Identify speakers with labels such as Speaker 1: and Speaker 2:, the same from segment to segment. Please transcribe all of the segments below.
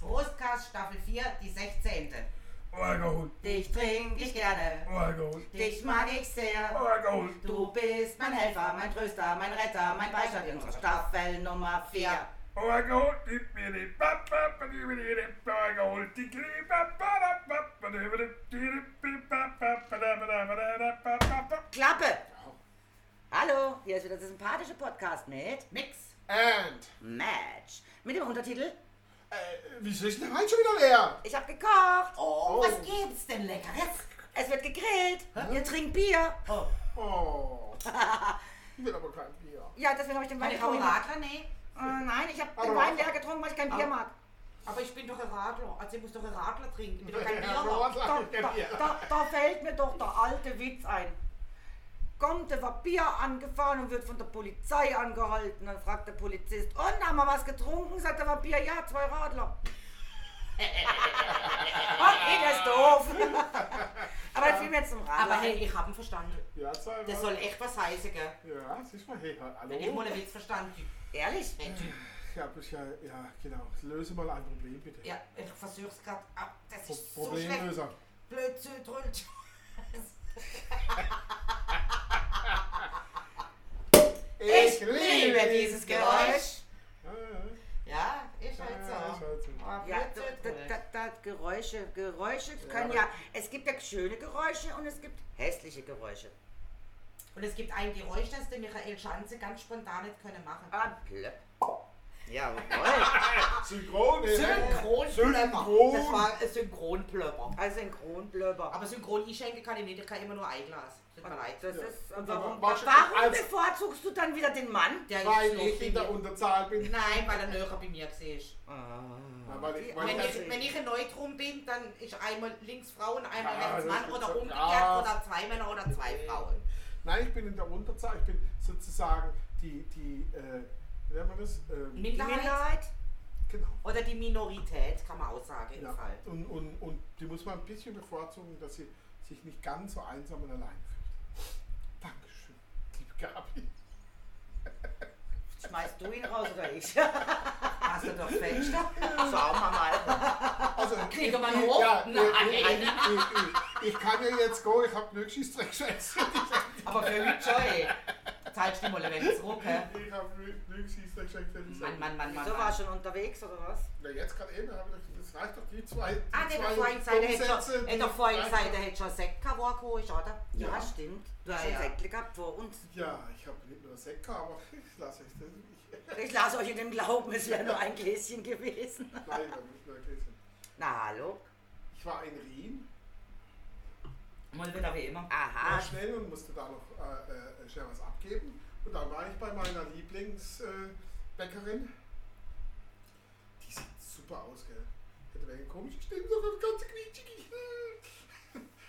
Speaker 1: Podcast Staffel 4, die 16.
Speaker 2: Alkohol,
Speaker 1: Dich trink ich gerne,
Speaker 2: Alkohol,
Speaker 1: dich mag ich sehr.
Speaker 2: Alkohol,
Speaker 1: Du bist mein Helfer, mein Tröster, mein Retter, mein Beistand in unserer Staffel Nummer 4.
Speaker 2: Alkohol, gib mir die Papa, Alkohol, die Klima,
Speaker 1: Klappe! Hallo, hier ist wieder der sympathische Podcast mit
Speaker 3: Nix. And.
Speaker 1: Match. Mit dem Untertitel
Speaker 3: Äh, wieso ist denn der Wein schon wieder leer?
Speaker 1: Ich hab gekocht.
Speaker 3: Oh.
Speaker 4: Was gibt's denn Leckeres?
Speaker 1: Es wird gegrillt. Ihr trinkt Bier.
Speaker 4: Oh,
Speaker 3: Oh. Ich will aber kein Bier.
Speaker 1: Ja, deswegen habe ich den Wein
Speaker 4: meine Frau
Speaker 1: getrunken.
Speaker 4: Radler? Nee.
Speaker 1: Äh, nein, ich habe den
Speaker 3: Aber-
Speaker 1: Wein leer getrunken, weil ich kein Bier
Speaker 4: Ah.
Speaker 1: mag.
Speaker 4: Aber ich bin doch ein Radler. Also ich muss doch ein Radler trinken. Ich bin doch kein
Speaker 3: Herr
Speaker 4: Bierer.
Speaker 3: Rohrsack,
Speaker 1: Da,
Speaker 3: der
Speaker 1: da,
Speaker 3: Bier.
Speaker 1: da, da fällt mir doch der alte Witz ein. Kommt der Papier angefahren und wird von der Polizei angehalten. Dann fragt der Polizist, und haben wir was getrunken? Sagt der Papier, ja, zwei Radler. okay, das ist doof. Aber das fiel mir jetzt zum Radler.
Speaker 4: Aber hey, ich hab ihn verstanden.
Speaker 3: Ja, zwei
Speaker 4: Das soll echt was heißen, gell?
Speaker 3: Ja, siehst du mal, hey, hallo.
Speaker 4: Wenn ich mal einen Witz verstanden Typ.
Speaker 1: ehrlich?
Speaker 4: Ein Typ.
Speaker 3: Ich hab ich ja, ja, genau. Löse mal ein Problem, bitte.
Speaker 4: Ja, ich versuch's grad. Ah, das
Speaker 3: Pro
Speaker 4: ist so schlecht.
Speaker 3: Problemlöser.
Speaker 4: Blödsinn, Trölt.
Speaker 1: Ich liebe dieses Geräusch.
Speaker 3: Ja, ja,
Speaker 4: Ja, ist
Speaker 3: ja,
Speaker 4: halt
Speaker 3: ja,
Speaker 4: so.
Speaker 3: ist halt so.
Speaker 4: Ah,
Speaker 1: Ja,
Speaker 4: Blödsinn,
Speaker 1: da, da,
Speaker 4: Trölt.
Speaker 1: da, Geräusche, Geräusche
Speaker 3: Ja,
Speaker 1: können
Speaker 3: aber-
Speaker 1: ja, es gibt ja schöne Geräusche und es gibt hässliche Geräusche.
Speaker 4: Und es gibt ein Geräusch, das der Michael Schanze ganz spontan nicht können machen.
Speaker 1: Ah, blöpp. Jawohl.
Speaker 3: Synchron, ey, ne?
Speaker 4: Synchronplöpper.
Speaker 3: Synchron.
Speaker 4: Das war ein Synchronplöpper.
Speaker 1: Also ein Kronblöber.
Speaker 4: Aber synchron einschenken kann ich nicht, ich kann immer nur Eiglas. Tut mir leid.
Speaker 1: Ah, Das
Speaker 3: Ja.
Speaker 1: ist,
Speaker 3: Aber
Speaker 1: warum
Speaker 3: machst du-
Speaker 1: warum
Speaker 3: als-
Speaker 1: bevorzugst du dann wieder den Mann?
Speaker 4: Der
Speaker 3: Weil
Speaker 4: ist noch
Speaker 3: ich
Speaker 4: bei
Speaker 3: in der
Speaker 4: mir.
Speaker 3: Unterzahl bin.
Speaker 4: Nein, weil er näher bei mir ist.
Speaker 3: Ja, weil ich-
Speaker 1: Die
Speaker 3: weil
Speaker 4: Wenn
Speaker 1: Eier-
Speaker 3: ich-
Speaker 4: ich, wenn ich ein Neutrum bin, dann ist einmal links Frau und einmal
Speaker 3: Ja, das
Speaker 4: rechts Mann
Speaker 3: ist
Speaker 4: oder
Speaker 3: so-
Speaker 4: umgekehrt
Speaker 3: ja.
Speaker 4: oder zwei Männer oder zwei Frauen.
Speaker 3: Nein, ich bin in der Unterzahl. Ich bin sozusagen die, die, äh, wie nennt man das? Ähm,
Speaker 1: Die
Speaker 4: Minderheit
Speaker 1: Minderheit?
Speaker 3: genau.
Speaker 4: oder die Minorität, kann man auch sagen im
Speaker 3: Ja.
Speaker 4: Fall.
Speaker 3: Und, und, und die muss man ein bisschen bevorzugen, dass sie sich nicht ganz so einsam und allein fühlt. Dankeschön, liebe Gabi.
Speaker 1: Schmeißt du ihn raus oder ich?
Speaker 4: Hast du doch Fenster?
Speaker 1: Schauen wir mal.
Speaker 3: Also,
Speaker 4: Kriege
Speaker 3: ich-
Speaker 4: man
Speaker 3: ich-
Speaker 4: hoch?
Speaker 3: Ja, ich, ich,
Speaker 4: Nein.
Speaker 3: ich, ich, ich kann ja jetzt go, ich habe höchstens Dreckscheiße.
Speaker 4: Aber für mich schon, ey. Zahlst du mal wenn zurück, hä?
Speaker 3: Ich habe höchstens Dreckscheiße.
Speaker 4: Mann, Mann, Mann, Mann.
Speaker 1: So war schon unterwegs oder was?
Speaker 3: Na, jetzt gerade eben, habe ich, das reicht doch die zwei. Die
Speaker 4: Ah, der
Speaker 3: zwei
Speaker 4: vorhin gesagt, der hätte
Speaker 3: Umsätze,
Speaker 4: schon,
Speaker 3: die-
Speaker 4: in der vorhin gesagt, der hätte schon Sekt gehabt, wo ich, oder?
Speaker 1: Ja,
Speaker 3: Ja.
Speaker 1: stimmt. Du hast
Speaker 4: Ja,
Speaker 1: einen
Speaker 4: ja.
Speaker 1: Säckle gehabt vor uns.
Speaker 3: Ja, ich habe nicht nur Sekka, aber ich lasse es. Nein,
Speaker 1: Ich las euch in dem Glauben, es wäre nur ein Gläschen gewesen.
Speaker 3: ich habe nicht nur gelesen.
Speaker 1: Na hallo.
Speaker 3: Ich war in Rien,
Speaker 4: Mal wieder wie immer.
Speaker 1: Aha.
Speaker 3: war schnell und musste da noch äh, äh, schnell was abgeben. Und dann war ich bei meiner Lieblingsbäckerin. Äh, Bäckerin. Die sieht super aus, gell? Hätte wegen komisch gestimmt, so ganz ganze quietschig.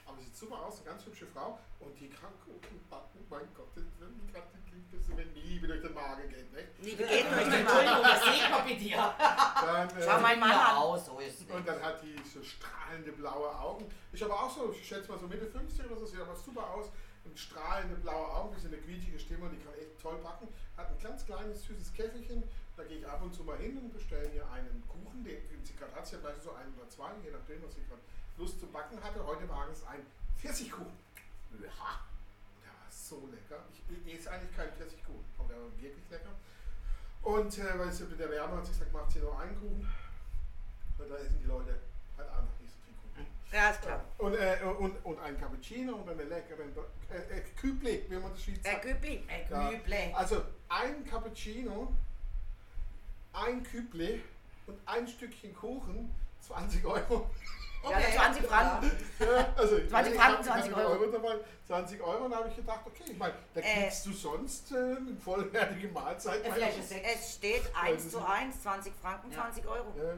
Speaker 3: Aber sieht super aus, eine ganz hübsche Frau. Und die Krankenbacken, mein Gott, das- die Krankenkind, wenn Liebe durch den Magen geht, ne?
Speaker 1: Liebe geht durch den Mann.
Speaker 4: Entschuldigung, das sieht man bei dir.
Speaker 3: Dann, äh,
Speaker 1: Schau mein Mann
Speaker 4: Ja,
Speaker 1: an.
Speaker 4: auch so ist es.
Speaker 3: Und dann hat die so strahlende blaue Augen. Ich aber auch so, ich schätze mal so Mitte 50 oder so, sieht aber super aus. Und strahlende blaue Augen, ein bisschen eine quietschige Stimme und die kann echt toll backen. Hat ein ganz kleines, süßes Käfigchen. Da gehe ich ab und zu mal hin und bestelle mir einen Kuchen, den den sie gerade hat. Sie hat meistens so einen oder zwei, je nachdem, was sie gerade Lust zu backen hatte. Heute war es ein Pfirsichkuchen. Ja. Der war so lecker. Ich, ich esse eigentlich keinen Pfirsichkuchen, aber der war wirklich lecker. Und äh, weil sie mit der Wärme hat sie gesagt, macht sie noch einen Kuchen. Und da essen die Leute halt einfach nicht so viel Kuchen.
Speaker 1: Ja, ist klar.
Speaker 3: Und, äh, und, und ein Cappuccino und eine leckeren äh, äh, Küble, wie man das Schweiz
Speaker 1: Herr
Speaker 3: sagt.
Speaker 1: Gübli.
Speaker 4: Ein
Speaker 3: Ja.
Speaker 4: Knüble.
Speaker 3: Also ein Cappuccino, ein Küble und ein Stückchen Kuchen, 20 Euro.
Speaker 1: Ja, 20 Franken.
Speaker 3: Ja, also,
Speaker 1: 20
Speaker 3: ich
Speaker 1: Franken,
Speaker 3: hab
Speaker 1: 20
Speaker 3: keine
Speaker 1: Euro.
Speaker 3: dabei. 20 Euro, und da habe ich gedacht, okay, ich meine, da
Speaker 1: Äh.
Speaker 3: kriegst du sonst äh, eine vollwertige Mahlzeit.
Speaker 4: Eine Flasche Sekt.
Speaker 1: Es steht 1 zu 1, 20 Franken,
Speaker 4: Ja.
Speaker 1: 20 Euro.
Speaker 3: Ja,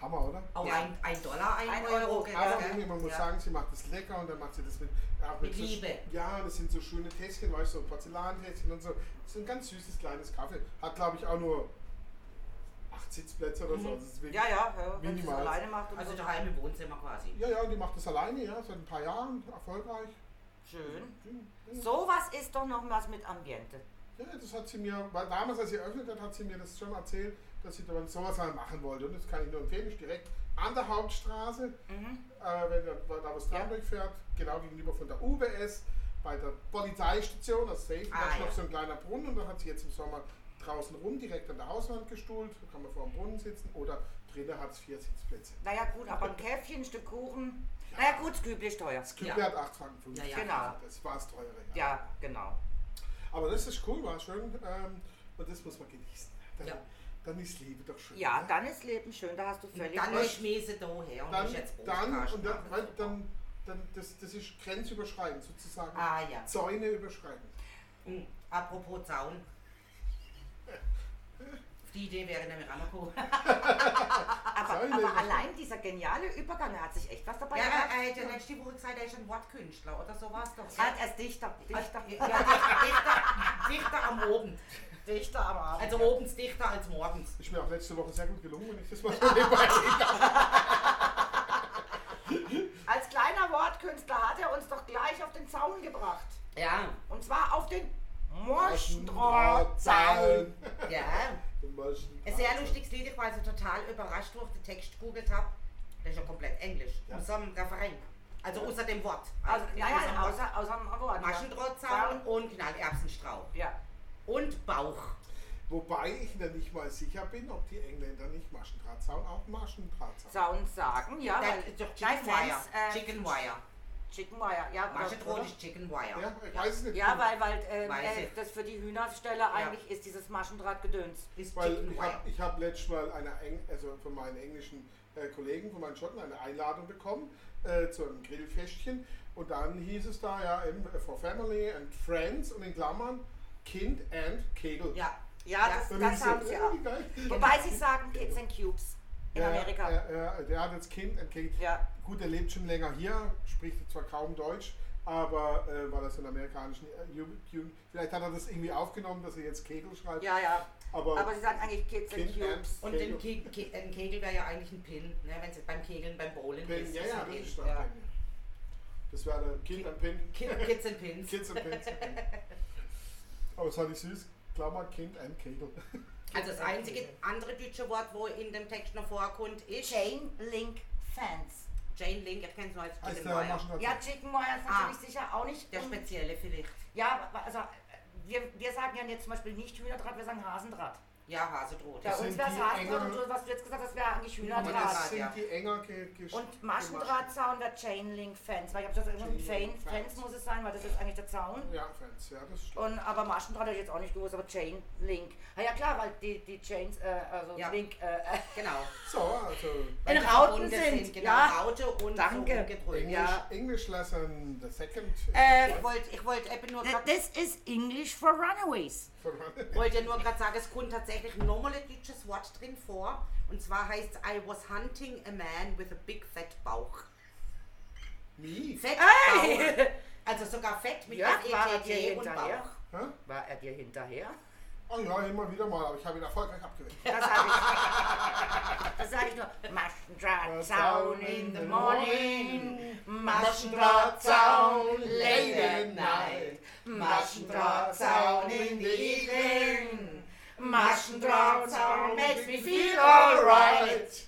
Speaker 3: Hammer, oder?
Speaker 4: Auch
Speaker 1: Ja.
Speaker 4: ein, ein Dollar, ein,
Speaker 1: Ein
Speaker 4: Euro,
Speaker 1: Euro,
Speaker 4: genau.
Speaker 3: Aber
Speaker 4: gell?
Speaker 3: irgendwie, man muss
Speaker 1: Ja.
Speaker 3: sagen, sie macht es lecker und dann macht sie das mit, auch
Speaker 4: Mit
Speaker 3: so-
Speaker 4: Liebe.
Speaker 3: ja, das sind so schöne Tässchen, weißt du, so Porzellantässchen und so. Das ist ein ganz süßes kleines Kaffee. Hat, glaube ich, auch nur acht Sitzplätze oder so. Also es ist wirklich-
Speaker 1: Mhm. Ja, ja, ja, wenn sie es
Speaker 3: Minimal.
Speaker 1: alleine macht. und
Speaker 4: Also
Speaker 1: so.
Speaker 4: daheim im Wohnzimmer quasi.
Speaker 3: ja, ja, und die macht das alleine, ja, seit ein paar Jahren, erfolgreich.
Speaker 1: Schön.
Speaker 3: Ja,
Speaker 1: Sowas ist doch noch was mit Ambiente.
Speaker 3: Ja, das hat sie mir, weil damals, als sie eröffnet hat, hat sie mir das schon erzählt, dass sie dann sowas mal machen wollte. Und das kann ich nur empfehlen, ist direkt an der Hauptstraße,
Speaker 4: Mhm.
Speaker 3: äh, wenn der Davos Tram durchfährt, genau gegenüber von der UBS, bei der Polizeistation, das Safe, da
Speaker 4: Ah,
Speaker 3: ist
Speaker 4: ja.
Speaker 3: noch so ein kleiner Brunnen und da hat sie jetzt im Sommer draußen rum, direkt an der Hauswand gestuhlt, da kann man vor dem Brunnen sitzen oder drinnen hat es vier Sitzplätze.
Speaker 1: Naja gut, aber ein Käffchen, ein Stück Kuchen. Naja gut, ist üblich teuer.
Speaker 3: Kübler
Speaker 4: Ja.
Speaker 3: hat 8 Franken 50.
Speaker 4: Ja, ja,
Speaker 1: genau.
Speaker 3: Das war das teure.
Speaker 1: Ja, genau.
Speaker 3: Aber das ist cool, war schön. Ähm, und das muss man genießen. Dann,
Speaker 4: Ja.
Speaker 3: dann ist Liebe doch schön.
Speaker 1: Ja,
Speaker 3: ne?
Speaker 1: dann ist Leben schön, da hast du völlig
Speaker 4: Dann
Speaker 1: recht.
Speaker 4: ist Mese da her und
Speaker 3: dann,
Speaker 4: ist jetzt
Speaker 3: dann,
Speaker 4: Brotkasten
Speaker 3: und dann,
Speaker 4: machen.
Speaker 3: weil dann, dann das, das ist grenzüberschreitend sozusagen.
Speaker 4: Ah ja.
Speaker 3: Zäune überschreiten.
Speaker 4: Mhm. Apropos Zaun. Auf Die Idee wäre nämlich auch noch gut. Ah,
Speaker 1: Aber,
Speaker 3: Sorry,
Speaker 1: aber
Speaker 3: Lena.
Speaker 1: allein dieser geniale Übergang, er hat sich echt was dabei
Speaker 4: Ja,
Speaker 1: gedacht.
Speaker 4: er hat ja letzte Woche gesagt, er ist ein Wortkünstler oder so war es doch. äh,
Speaker 1: Er hat erst Dichter, Dichter,
Speaker 4: Dichter, ja, Dichter, Dichter am Abend.
Speaker 1: Dichter am Abend.
Speaker 4: Also abends dichter als morgens.
Speaker 3: Ist mir auch letzte Woche sehr gut gelungen, wenn ich das mal so nebenbei
Speaker 1: Als kleiner Wortkünstler hat er uns doch gleich auf den Zaun gebracht.
Speaker 4: Ja,
Speaker 1: Und zwar auf den Morschendrahtzaun.
Speaker 4: ja. Ein sehr
Speaker 3: Sehr
Speaker 4: lustiges Lied, ich war also total überrascht, wo ich den Text gegoogelt habe. Der ist ja komplett englisch.
Speaker 3: Ja.
Speaker 4: Außer dem Referent. Also außer dem Wort.
Speaker 1: Also,
Speaker 4: dem
Speaker 1: naja,
Speaker 4: Wort.
Speaker 1: außer, außer dem Wort.
Speaker 4: Maschendrahtzaun und Knallerbsenstrauch.
Speaker 1: Ja.
Speaker 4: Und Bauch.
Speaker 3: Wobei ich mir nicht mal sicher bin, ob die Engländer nicht Maschendrahtzaun auch Maschendrahtzaun.
Speaker 1: Zaun sagen, ja.
Speaker 4: Das
Speaker 1: weil-
Speaker 4: ist doch
Speaker 1: Nein,
Speaker 4: Chicken Wire.
Speaker 1: Fans, äh,
Speaker 4: Chicken Wire.
Speaker 1: Chicken Wire, ja.
Speaker 4: Maschendraht ist Chicken Wire.
Speaker 3: Ja, ich weiß es nicht.
Speaker 1: Ja, weil, weil ähm,
Speaker 4: Weiß
Speaker 1: äh,
Speaker 4: ich.
Speaker 1: das für die Hühnerstelle eigentlich ist dieses Maschendrahtgedöns.
Speaker 4: Ist
Speaker 3: Weil
Speaker 4: Chicken
Speaker 3: ich
Speaker 4: Wire.
Speaker 3: habe ich hab letztes Mal eine Eng also von meinen englischen äh, Kollegen, von meinen Schotten, eine Einladung bekommen äh, zu einem Grillfestchen. Und dann hieß es da ja eben äh, for family and friends und in Klammern Kind and Kegel.
Speaker 4: Ja.
Speaker 1: Ja,
Speaker 4: Ja.
Speaker 1: das,
Speaker 3: Dann
Speaker 1: das
Speaker 3: hieß es,
Speaker 1: haben sie
Speaker 3: äh,
Speaker 1: auch.
Speaker 3: wie geil.
Speaker 1: Wobei sie sagen Kids and Cubes in
Speaker 3: Ja,
Speaker 1: Amerika.
Speaker 3: Ja, ja, der hat jetzt Kind and Kegel.
Speaker 1: Ja.
Speaker 3: Gut, er lebt schon länger hier, spricht zwar kaum Deutsch, aber äh, weil er so einen amerikanischen äh, Ju- Ju- vielleicht hat er das irgendwie aufgenommen, dass er jetzt Kegel schreibt.
Speaker 1: ja, ja.
Speaker 3: Aber,
Speaker 1: Aber sie sagen eigentlich Kids and
Speaker 3: Kind and
Speaker 1: Cubes.
Speaker 4: Und den Ke Ke ein Kegel wäre ja eigentlich ein Pin, ne? wenn es beim Kegeln, beim Bowlen
Speaker 3: Pin,
Speaker 4: ist.
Speaker 3: ja,
Speaker 4: ist
Speaker 3: ja,
Speaker 4: ein
Speaker 3: das
Speaker 4: Pin.
Speaker 3: ist stark.
Speaker 4: Ja.
Speaker 3: Das wäre der Kind am Pin.
Speaker 4: Ki- Kids and Pins.
Speaker 3: Kids am Pin. Aber es war nicht süß. Klammer, Kind ein Kegel.
Speaker 4: Also das einzige andere deutsche Wort, wo in dem Text noch vorkommt, ist
Speaker 1: Chain Link Fans.
Speaker 4: Jane Link. Ich kenne es nur als
Speaker 3: Heißt
Speaker 4: Chicken
Speaker 3: der
Speaker 4: Wire.
Speaker 3: Maschendraht.
Speaker 1: Ja, Chicken Wire ist
Speaker 4: Also. Ah.
Speaker 1: natürlich sicher auch nicht.
Speaker 4: Der
Speaker 1: und-
Speaker 4: spezielle vielleicht.
Speaker 1: ja, aber- also äh, wir, wir sagen ja jetzt zum Beispiel nicht Hühnerdraht, wir sagen Hasendraht.
Speaker 4: Ja, Hasedraht.
Speaker 1: Bei
Speaker 3: Das
Speaker 1: uns
Speaker 3: sind
Speaker 1: wäre es
Speaker 3: die
Speaker 1: Hasendraht und
Speaker 3: engeren-
Speaker 1: so, was du jetzt gesagt hast, wäre eigentlich
Speaker 3: Aber das
Speaker 1: Hühnerdraht.
Speaker 3: sind
Speaker 4: ja.
Speaker 3: die enger ge gesch-
Speaker 1: Und Maschendrahtzaun wäre Chainlink Fans, weil ich habe gesagt, irgendwas mit
Speaker 3: Chainlink
Speaker 1: Fan, Fans
Speaker 3: Fans.
Speaker 1: muss es sein, weil das ist eigentlich der Zaun.
Speaker 3: gemacht. Ja, Fans, ja, das stimmt.
Speaker 1: Und, aber Maschendraht hätte ich jetzt auch nicht gewusst, aber Chain Link. Na ja klar, weil die, die Chains, äh, also
Speaker 4: Ja.
Speaker 1: Link, äh, äh,
Speaker 4: Genau.
Speaker 3: So, also
Speaker 1: in
Speaker 4: Die
Speaker 1: Rauten
Speaker 4: verbunden
Speaker 1: sind.
Speaker 4: Genau,
Speaker 1: ja.
Speaker 4: Raute und
Speaker 1: Danke.
Speaker 4: gedrückt.
Speaker 3: Englisch,
Speaker 1: ja.
Speaker 3: Englisch lesson the second.
Speaker 1: Äh,
Speaker 4: Ich wollte ich wollt eben nur grad,
Speaker 1: This is English for Runaways.
Speaker 4: wollt ja nur gerade sagen, es kommt tatsächlich nochmal ein deutsches Wort drin vor. Und zwar heißt es, I was hunting a man with a big fat Bauch.
Speaker 3: Me?
Speaker 4: Fett Bauch. Also sogar Fett mit
Speaker 1: Jörg war
Speaker 4: F-E-T-T
Speaker 1: dir
Speaker 4: E und
Speaker 1: hinterher.
Speaker 4: Bauch.
Speaker 3: Hä?
Speaker 1: War er dir hinterher?
Speaker 3: Oh ja, immer wieder mal, aber ich habe ihn erfolgreich abgewählt.
Speaker 1: Das sage ich. Das sage ich nur. Maschendrahtzaun in the morning. Maschendrahtzaun late at night. Maschendrahtzaun in the evening. Maschendrahtzaun makes me feel alright.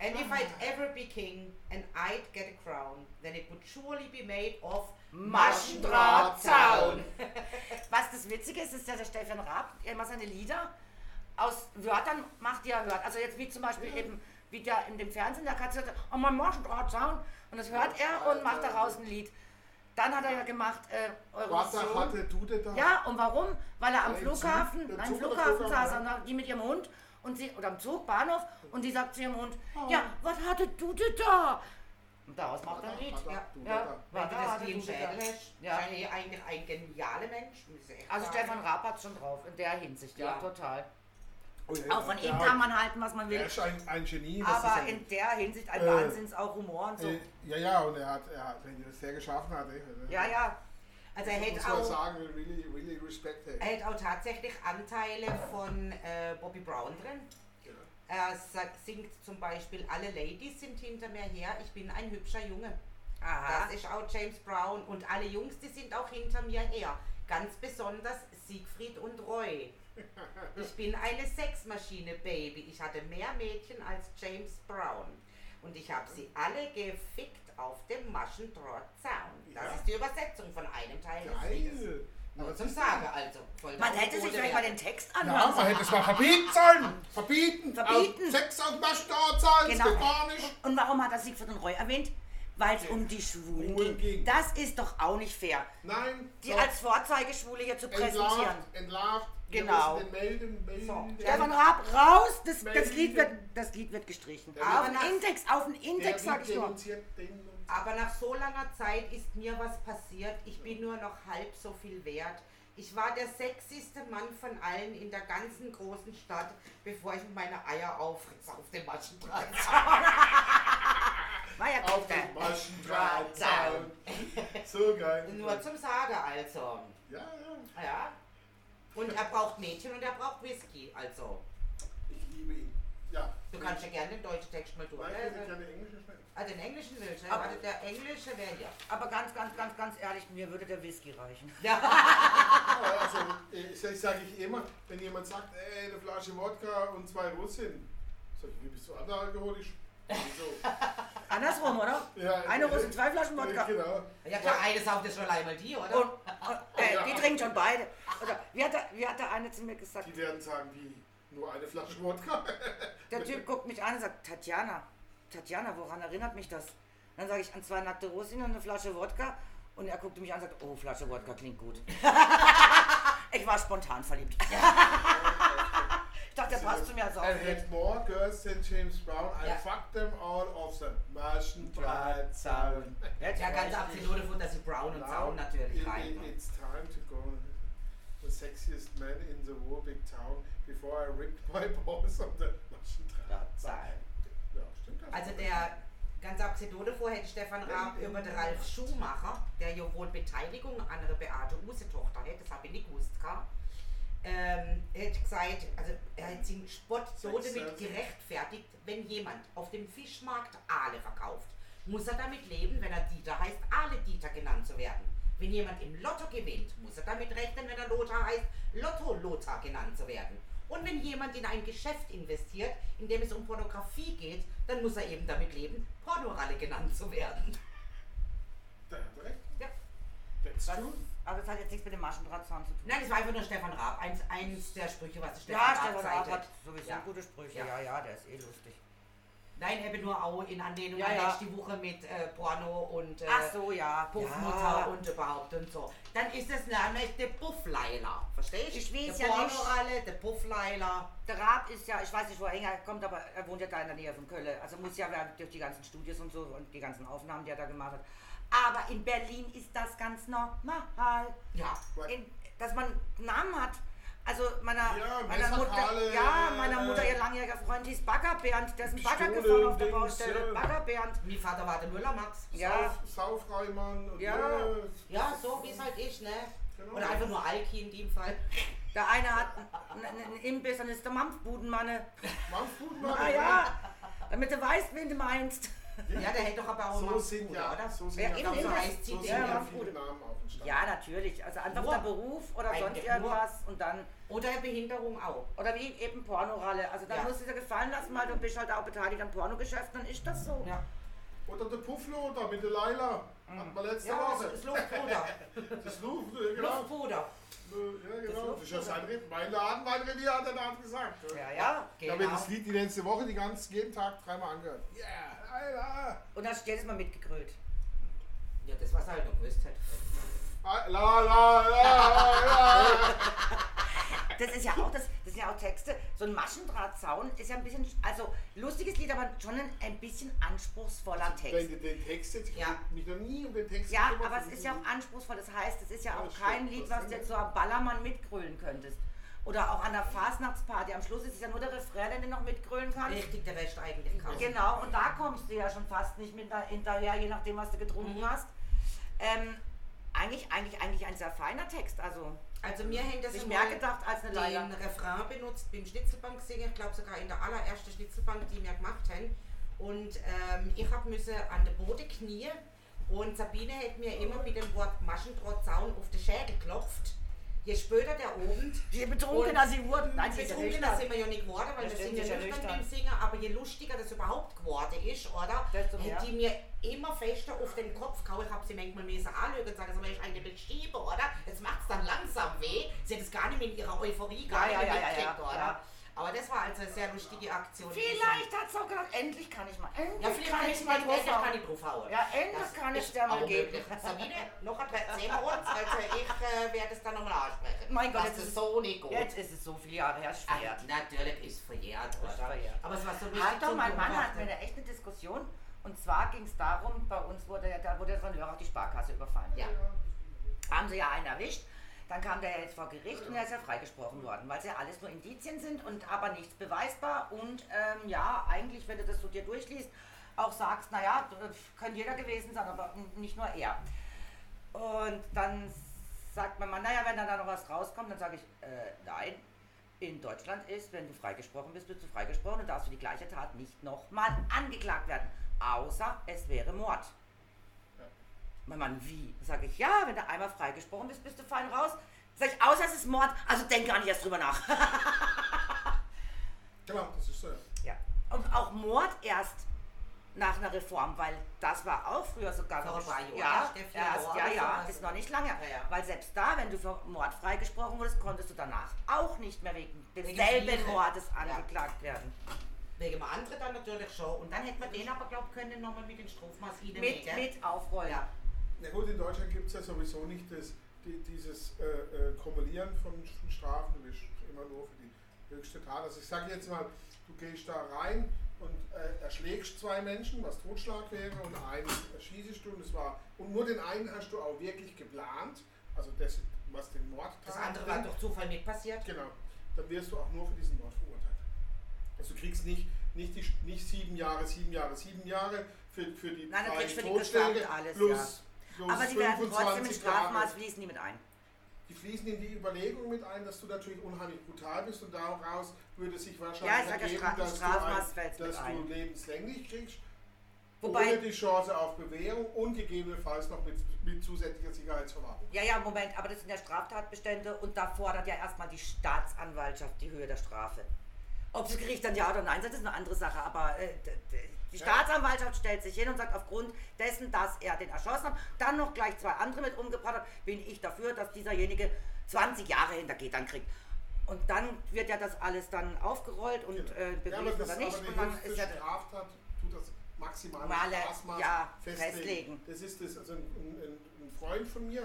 Speaker 4: And if I'd ever be king and I'd get a crown, then it would surely be made of
Speaker 1: Maschendrahtzaun. Was das Witzige ist, ist ja der Stefan Raab, der immer seine Lieder aus Wörtern macht, die er hört. Also jetzt wie zum Beispiel eben, wie der in dem Fernsehen, da hat gesagt, oh mein Maschendrahtzaun. Und das hört er und macht daraus ein Lied. Dann hat er ja gemacht, äh,
Speaker 3: Was da
Speaker 1: Eurovision.
Speaker 3: hatte du denn da?
Speaker 1: Ja, und warum? Weil er am
Speaker 3: Weil im
Speaker 1: Flughafen,
Speaker 3: Zug- im
Speaker 1: nein,
Speaker 3: Zug oder
Speaker 1: Flughafen
Speaker 3: Flughafen,
Speaker 1: saß,
Speaker 3: ja.
Speaker 1: und dann die mit ihrem Hund und sie, oder am Zug, Bahnhof, und die sagt zu ihrem Hund, ja, was hatte du denn da? Und daraus macht er ein Lied.
Speaker 3: Was da,
Speaker 4: Ja,
Speaker 3: du denn
Speaker 1: Ja,
Speaker 3: da?
Speaker 4: Wenn du
Speaker 1: da
Speaker 4: das
Speaker 1: hatte
Speaker 4: wie im
Speaker 1: du denn da?
Speaker 4: Schädel hast,
Speaker 1: Ja.
Speaker 4: ja. eigentlich ein genialer Mensch. muss ich echt
Speaker 1: Also
Speaker 4: sagen.
Speaker 1: Stefan Raab hat schon drauf, in der Hinsicht, ja,
Speaker 4: Ja.
Speaker 1: total.
Speaker 3: Oh ja,
Speaker 1: Auch von
Speaker 3: ja,
Speaker 1: ihm kann man halten, was man
Speaker 3: Er
Speaker 1: will,
Speaker 3: ist ein, ein Genie. das ist
Speaker 1: aber
Speaker 3: ein,
Speaker 1: in der Hinsicht ein
Speaker 3: Äh,
Speaker 1: Wahnsinns, auch Humor und so.
Speaker 3: Äh, ja, ja, und er hat, er hat wenn er das sehr geschaffen hat. ey, ne?
Speaker 1: Ja, ja,
Speaker 4: Also er
Speaker 3: Muss
Speaker 4: hätte
Speaker 3: man
Speaker 4: auch,
Speaker 3: sagen, really, really respect eh. him.
Speaker 4: er hätte auch tatsächlich Anteile von äh, Bobby Brown drin. Er sagt, singt zum Beispiel, alle Ladies sind hinter mir her, ich bin ein hübscher Junge.
Speaker 1: aha.
Speaker 4: Das ist auch James Brown und alle Jungs, die sind auch hinter mir her. Ganz besonders Siegfried und Roy. Ich bin eine Sexmaschine, Baby. Ich hatte mehr Mädchen als James Brown. Und ich habe sie alle gefickt auf dem Maschendrahtzaun. Das
Speaker 3: Ja.
Speaker 4: ist die Übersetzung von einem Teil des Liedes.
Speaker 3: Geil.
Speaker 4: Nur
Speaker 3: das
Speaker 4: zum
Speaker 3: ist-
Speaker 4: Sagen, also. voll
Speaker 1: Man
Speaker 4: der
Speaker 1: hätte sich
Speaker 4: Gute
Speaker 1: vielleicht mal
Speaker 4: werden.
Speaker 1: den Text
Speaker 3: Ja,
Speaker 1: anhören
Speaker 3: man hätte es mal verbieten sollen. Verbieten.
Speaker 1: Verbieten.
Speaker 3: Aus Sex aus Maschendrahtzaun, das
Speaker 1: Genau.
Speaker 3: geht gar nicht.
Speaker 1: Und warum hat das Siegfried und Roy erwähnt? Weil es um die Schwulen
Speaker 3: Schwulen
Speaker 1: ging.
Speaker 3: ging.
Speaker 1: Das ist doch auch nicht fair,
Speaker 3: Nein.
Speaker 1: die
Speaker 3: so,
Speaker 1: als Vorzeigeschwule hier zu präsentieren.
Speaker 3: Entlarvt, entlarvt. Wir
Speaker 1: Genau.
Speaker 3: müssen Den melden, melden.
Speaker 4: So,
Speaker 3: melden.
Speaker 1: Stefan Raab, raus! Das, das,
Speaker 3: Melden.
Speaker 1: Lied wird, das Lied wird gestrichen.
Speaker 3: Der
Speaker 1: auf
Speaker 4: wird-
Speaker 1: den Index, auf den
Speaker 3: Der
Speaker 1: Index, sag ich nur.
Speaker 3: denunziert den und
Speaker 4: Aber nach so langer Zeit ist mir was passiert. Ich bin nur noch halb so viel wert. Ich war der sexyste Mann von allen in der ganzen großen Stadt, bevor ich meine Eier aufriss auf dem Maschendraht.
Speaker 1: War ja
Speaker 3: auf
Speaker 1: gut,
Speaker 3: den
Speaker 1: ne?
Speaker 3: Maschendrahtzaun. So geil.
Speaker 4: Nur zum Sagen also.
Speaker 3: Ja, ja.
Speaker 4: Ja. Und er braucht Mädchen und er braucht Whisky. Also,
Speaker 3: Ich liebe ihn. Ja.
Speaker 4: du kannst ja gerne den deutschen Text mal
Speaker 3: Nein, ich hätte gerne
Speaker 4: durchlesen.
Speaker 3: englische Schnelle.
Speaker 4: Ah, den englischen Milch, ne?
Speaker 1: Aber-
Speaker 4: Warte, der englische wäre hier.
Speaker 1: Aber ganz, ganz, ganz, ganz ehrlich, mir würde der Whisky reichen.
Speaker 3: Ja, also, äh, ich sage ich immer, wenn jemand sagt, ey, eine Flasche Wodka und zwei Russin, sag ich, wie bist du analkoholisch? Wieso?
Speaker 1: Andersrum, oder?
Speaker 3: Ja,
Speaker 1: Eine
Speaker 3: äh,
Speaker 1: Rose, zwei Flaschen Wodka.
Speaker 3: Äh, Genau.
Speaker 4: Ja klar, eines auf das schon einmal die, oder?
Speaker 1: Und, und äh,
Speaker 3: Ja.
Speaker 1: die trinken schon beide. Oder, wie, hat der, wie hat der eine zu mir gesagt?
Speaker 3: Die werden sagen, wie nur eine Flasche Wodka.
Speaker 1: Der Typ guckt mich an und sagt, Tatjana, Tatjana, woran erinnert mich das? Dann sage ich, an zwei nackte Rosinen und eine Flasche Wodka. Und er guckte mich an und sagt, oh, Flasche Wodka klingt gut. ich war spontan verliebt. ich dachte, der passt zu mir als
Speaker 3: I
Speaker 1: auch.
Speaker 3: Also, had more girls than James Brown. I
Speaker 4: Ja.
Speaker 3: fucked them all off the Maschendrahtzaun.
Speaker 4: ja, ganz absolut davon, dass sie Brown und Zaun natürlich
Speaker 3: Now, it-
Speaker 4: rein.
Speaker 3: it- It's time to go. The sexiest man in the whole big town before I ripped my balls on the Maschendrahtzaun. Ja, stimmt das?
Speaker 4: Also der ganz abgesehen davor hätte Stefan Raab über den Ralf Schumacher, der ja wohl Beteiligung an einer Beate Use Tochter hätte, das habe ich nicht gewusst, gehabt, ähm, hätte gesagt, also er hätte seinen Spott so
Speaker 3: Sex,
Speaker 4: damit
Speaker 3: ja.
Speaker 4: gerechtfertigt, wenn jemand auf dem Fischmarkt Aale verkauft, muss er damit leben, wenn er Dieter heißt, Aale Dieter genannt zu werden. Wenn jemand im Lotto gewinnt, muss er damit rechnen, wenn er Lothar heißt, Lotto Lothar genannt zu werden. Und wenn jemand in ein Geschäft investiert, in dem es um Pornografie geht, dann muss er eben damit leben, Pornoralle genannt zu werden.
Speaker 3: Der hat recht.
Speaker 4: Ja.
Speaker 3: That's true.
Speaker 1: Aber das hat jetzt nichts mit dem Maschendrahtzaun zu tun.
Speaker 4: Nein, das war einfach nur Stefan Raab, eins, eins der Sprüche, was der Stefan
Speaker 1: Ja,
Speaker 4: Raab
Speaker 1: Stefan Raab
Speaker 4: sagte.
Speaker 1: hat sowieso
Speaker 4: Ja.
Speaker 1: gute Sprüche.
Speaker 4: Ja.
Speaker 1: Ja. ja, der ist eh lustig.
Speaker 4: Nein, eben nur auch in Anlehnung
Speaker 1: Ja,
Speaker 4: an
Speaker 1: ja.
Speaker 4: letzte Woche mit äh, Porno und äh,
Speaker 1: Ach so, ja.
Speaker 4: Puffmutter
Speaker 1: ja.
Speaker 4: und überhaupt und so. Dann ist es nämlich der Puffleiler. Verstehst du?
Speaker 1: Ich weiß
Speaker 4: der
Speaker 1: ja
Speaker 4: Pornoralle, der Puffleiler.
Speaker 1: Der Raab ist ja, ich weiß nicht, wo er herkommt, aber er wohnt ja da in der Nähe von Köln. Also muss ja wer- durch die ganzen Studios und so und die ganzen Aufnahmen, die er da gemacht hat. Aber in Berlin ist das ganz normal,
Speaker 4: Ja.
Speaker 1: in, dass man einen Namen hat. Also meiner,
Speaker 3: Ja,
Speaker 1: meiner Mutter,
Speaker 3: Messerkalle,
Speaker 1: ja, meiner
Speaker 3: äh,
Speaker 1: Mutter, ihr langjähriger Freund hieß Bagger Bernd. Der ist ein Bagger
Speaker 3: Pistole
Speaker 1: gefahren
Speaker 3: und
Speaker 1: auf der
Speaker 3: Dings,
Speaker 1: Baustelle.
Speaker 3: ja.
Speaker 1: Bagger Bernd.
Speaker 4: Mein Vater war der Müller, Max.
Speaker 1: Ja,
Speaker 3: Sauf- Saufreimann und
Speaker 1: Ja.
Speaker 3: äh,
Speaker 4: Ja, so wie es halt ist, ne?
Speaker 3: Genau.
Speaker 4: Oder einfach nur Alki in dem Fall.
Speaker 1: der eine hat einen, einen Imbiss, dann ist der Mampfbudenmanne.
Speaker 3: Mampfbudenmann.
Speaker 1: Ah ja, damit du weißt, wen du meinst.
Speaker 4: Ja, der hätte doch aber auch
Speaker 3: So
Speaker 4: mal
Speaker 3: sind
Speaker 4: Bruder,
Speaker 3: ja,
Speaker 4: oder?
Speaker 3: so sind
Speaker 1: Ja,
Speaker 3: ja,
Speaker 1: eben,
Speaker 3: ganz-
Speaker 1: eben, das
Speaker 3: so
Speaker 4: zieht
Speaker 3: sind
Speaker 1: sich
Speaker 3: ja,
Speaker 1: ja
Speaker 3: ja
Speaker 1: ganz
Speaker 3: viele
Speaker 1: gut.
Speaker 3: Namen auf dem Stand.
Speaker 1: Ja, natürlich. Also einfach
Speaker 4: Nur.
Speaker 1: der Beruf oder sonst
Speaker 4: Eigentlich nur.
Speaker 1: irgendwas und dann.
Speaker 4: Oder Behinderung auch.
Speaker 1: Oder wie eben Pornoralle. Also dann
Speaker 4: Ja.
Speaker 1: musst du dir gefallen lassen, weil du bist halt auch beteiligt am Pornogeschäft, dann ist das so.
Speaker 4: Ja.
Speaker 3: Oder der Pufflo da mit der Leila. Hatten wir letzte
Speaker 4: Mhm. Ja, das
Speaker 3: Woche.
Speaker 4: ist Luftbruder.
Speaker 3: Das Luft, äh, genau.
Speaker 4: Luftbruder.
Speaker 3: Ja,
Speaker 1: Das
Speaker 3: genau.
Speaker 1: Luft-
Speaker 3: Das ist ja sein Revier. Mein Laden, mein Revier hat er da gesagt.
Speaker 1: Ja, genau. ja.
Speaker 3: Ich habe mir das Lied die letzte Woche die ganzen, jeden Tag dreimal angehört. Yeah, Leila.
Speaker 1: Und dann steht es mal mitgegrölt.
Speaker 4: Ja, das, was er halt noch gewusst hat.
Speaker 3: Ah, La, la, la, la.
Speaker 1: Das ist ja auch, das, das sind ja auch Texte. So ein Maschendrahtzaun ist ja ein bisschen, also lustiges Lied, aber schon ein, ein bisschen anspruchsvoller
Speaker 3: Also, Wenn
Speaker 1: Text.
Speaker 3: du den Text jetzt, ich
Speaker 4: Ja.
Speaker 3: hab mich noch nie um den Text
Speaker 1: Ja,
Speaker 3: gekümmert.
Speaker 1: aber es ist ja auch anspruchsvoll. Das heißt, es ist ja
Speaker 3: Ja,
Speaker 1: auch
Speaker 3: das
Speaker 1: kein
Speaker 3: stimmt.
Speaker 1: Lied,
Speaker 3: Das
Speaker 1: was du
Speaker 3: stimmt.
Speaker 1: jetzt so am Ballermann mitgrölen könntest. Oder auch an der Fasnachtsparty. Am Schluss ist es ja nur der Refrain, den du noch mitgrölen kannst.
Speaker 4: Richtig, der Rest eigentlich kaum.
Speaker 1: Genau, und da kommst du ja schon fast nicht mit da- hinterher, je nachdem, was du getrunken hast. Ähm, eigentlich, eigentlich, eigentlich ein sehr feiner Text. Also,
Speaker 4: Also mir hängt das
Speaker 1: ich
Speaker 4: einmal
Speaker 1: mehr gedacht als eine Leila.
Speaker 4: den Refrain benutzt beim Schnitzelbank singen, ich glaube sogar in der allerersten Schnitzelbank, die wir gemacht haben. Und ähm, ich habe müsse an den Boden knien und Sabine hat mir immer mit dem Wort Maschendrahtzaun auf den Schädel geklopft. je später der Abend,
Speaker 1: Je betrunkener sie also wurden. Nein, sie ist ja
Speaker 4: betrunkener
Speaker 1: nüchtern.
Speaker 4: sind wir ja nicht geworden, weil
Speaker 1: Das
Speaker 4: wir
Speaker 1: stimmt,
Speaker 4: sind ja
Speaker 1: sie ist ja
Speaker 4: nüchtern beim
Speaker 1: nüchtern.
Speaker 4: Singen, aber je lustiger das überhaupt geworden ist, oder?
Speaker 1: Desto mehr.
Speaker 4: Hätte die mir immer fester auf den Kopf gehauen. Ich habe sie manchmal mäßig anlügen und gesagt, ich eine Beschiebe, oder? Jetzt macht es dann langsam weh. Sie hat es gar nicht mehr in ihrer Euphorie gar
Speaker 1: Ja,
Speaker 4: nicht
Speaker 1: ja, ja,
Speaker 4: mehr
Speaker 1: ja,
Speaker 4: mitgekriegt,
Speaker 1: ja,
Speaker 4: oder?
Speaker 1: ja.
Speaker 4: Aber das war also eine sehr lustige Aktion.
Speaker 1: Vielleicht hat sie auch gedacht, endlich kann ich mal. Endlich
Speaker 4: Ja, vielleicht
Speaker 1: kann ich mal drauf
Speaker 4: kann
Speaker 1: hauen.
Speaker 4: ich draufhauen.
Speaker 1: Ja, endlich
Speaker 4: Das
Speaker 1: kann ich
Speaker 4: ist
Speaker 1: dir
Speaker 4: auch
Speaker 1: mal geben.
Speaker 4: möglich. Sabine, noch ein Platz sehen wir uns. Also ich äh, werde es dann nochmal ansprechen.
Speaker 1: Mein Gott,
Speaker 4: das
Speaker 1: jetzt
Speaker 4: ist
Speaker 1: ist-
Speaker 4: so nicht gut.
Speaker 1: Jetzt ist es so viele Jahre her,
Speaker 4: Ach,
Speaker 1: schwer.
Speaker 4: Ah, natürlich ist verjährt, oder?
Speaker 1: Ist verjährt.
Speaker 4: Aber es war so wichtig
Speaker 1: Halt doch,
Speaker 4: zum
Speaker 1: mein Mann hat
Speaker 4: Beobachten.
Speaker 1: mir eine echte Diskussion. Und zwar ging es darum, bei uns wurde, ja- da wurde ja so ein Hörer auf die Sparkasse überfallen.
Speaker 4: Ja,
Speaker 1: Haben sie ja einen erwischt. Dann kam der jetzt vor Gericht und er ist ja freigesprochen worden, weil es ja alles nur Indizien sind und aber nichts beweisbar. Und ähm, ja, eigentlich, wenn du das so dir durchliest, auch sagst, naja, könnte jeder gewesen sein, aber nicht nur er. Und dann sagt mein Mann, naja, wenn dann da noch was rauskommt, dann sage ich, äh, nein. In Deutschland ist, wenn du freigesprochen bist, bist du freigesprochen und darfst für die gleiche Tat nicht nochmal angeklagt werden. Außer es wäre Mord. Mein Mann, wie? Sage ich, ja, wenn du einmal freigesprochen bist, bist du fein raus. Sag ich, außer es ist Mord, also denk gar nicht erst drüber nach.
Speaker 3: Genau, das ist so. ja.
Speaker 1: Ja. Und auch Mord erst nach einer Reform, weil das war auch früher sogar
Speaker 4: Vor ein paar Jahren,
Speaker 1: ja,
Speaker 4: Steffi,
Speaker 1: erst,
Speaker 4: Jahr
Speaker 1: ja,
Speaker 4: oder
Speaker 1: ja,
Speaker 4: sowas.
Speaker 1: ist noch nicht lange. her.
Speaker 4: Ja, ja.
Speaker 1: Weil selbst da, wenn du für Mord freigesprochen wurdest, konntest du danach auch nicht mehr wegen
Speaker 4: Wegen
Speaker 1: desselben
Speaker 4: Schwierigkeit.
Speaker 1: Mordes
Speaker 4: Ja.
Speaker 1: angeklagt werden.
Speaker 4: wegen dem anderen dann natürlich schon. Und dann hätten wir den aber, glaube ich, können nochmal mit den Strafmaß
Speaker 1: Mit,
Speaker 4: gell?
Speaker 1: mit Aufrollen.
Speaker 4: Ja.
Speaker 3: Na gut, in Deutschland gibt es ja sowieso nicht das, die, dieses äh, äh, Kumulieren von Sch- Strafen. Du bist immer nur für die höchste Tat. Also ich sage jetzt mal, du gehst da rein und äh, erschlägst zwei Menschen, was Totschlag wäre, und einen erschießest du. Und, es war, und nur den einen hast du auch wirklich geplant. Also das, was den Mord
Speaker 4: Das
Speaker 3: tat.
Speaker 4: andere war durch Zufall nicht passiert.
Speaker 3: Genau. Dann wirst du auch nur für diesen Mord verurteilt. Also du kriegst nicht, nicht, die, nicht sieben Jahre, sieben Jahre, sieben Jahre für, für die
Speaker 1: Nein, du
Speaker 3: drei
Speaker 1: kriegst für die
Speaker 3: Totschläge
Speaker 1: gesamte alles,
Speaker 3: plus, plus
Speaker 1: Aber die werden trotzdem im
Speaker 3: 25
Speaker 1: Strafmaß
Speaker 3: Jahre.
Speaker 1: fließen die mit ein.
Speaker 3: Die fließen in die Überlegung mit ein, dass du natürlich unheimlich brutal bist und daraus würde sich
Speaker 1: Ja, ich
Speaker 3: wahrscheinlich
Speaker 1: sag ja,
Speaker 3: ergeben,
Speaker 1: Stra-
Speaker 3: dass, du,
Speaker 1: Strafmaß fällt's
Speaker 3: ein,
Speaker 1: mit
Speaker 3: dass du
Speaker 1: ein.
Speaker 3: lebenslänglich kriegst,
Speaker 1: Wobei-
Speaker 3: ohne die Chance auf Bewährung und gegebenenfalls noch mit, mit zusätzlicher Sicherheitsverwahrung.
Speaker 1: Ja, ja, Moment, aber das sind ja Straftatbestände und da fordert ja erstmal die Staatsanwaltschaft die Höhe der Strafe. Ob das Gericht dann ja oder nein sagt, ist eine andere Sache, aber äh, d- d- die
Speaker 3: Ja.
Speaker 1: Staatsanwaltschaft stellt sich hin und sagt, aufgrund dessen, dass er den erschossen hat, dann noch gleich zwei andere mit umgebracht hat, bin ich dafür, dass dieserjenige 20 Jahre hintergeht, dann kriegt. Und dann wird ja das alles dann aufgerollt und äh,
Speaker 3: Genau. ja, aber
Speaker 1: bewiesen
Speaker 3: das
Speaker 1: oder nicht.
Speaker 3: aber
Speaker 1: Und
Speaker 3: die
Speaker 1: dann
Speaker 3: höchste
Speaker 1: ist ja
Speaker 3: Straftat tut das maximale
Speaker 1: Male,
Speaker 3: Strafmaß
Speaker 1: ja,
Speaker 3: festlegen.
Speaker 1: festlegen.
Speaker 3: Das ist das, also ein, ein, ein Freund von mir,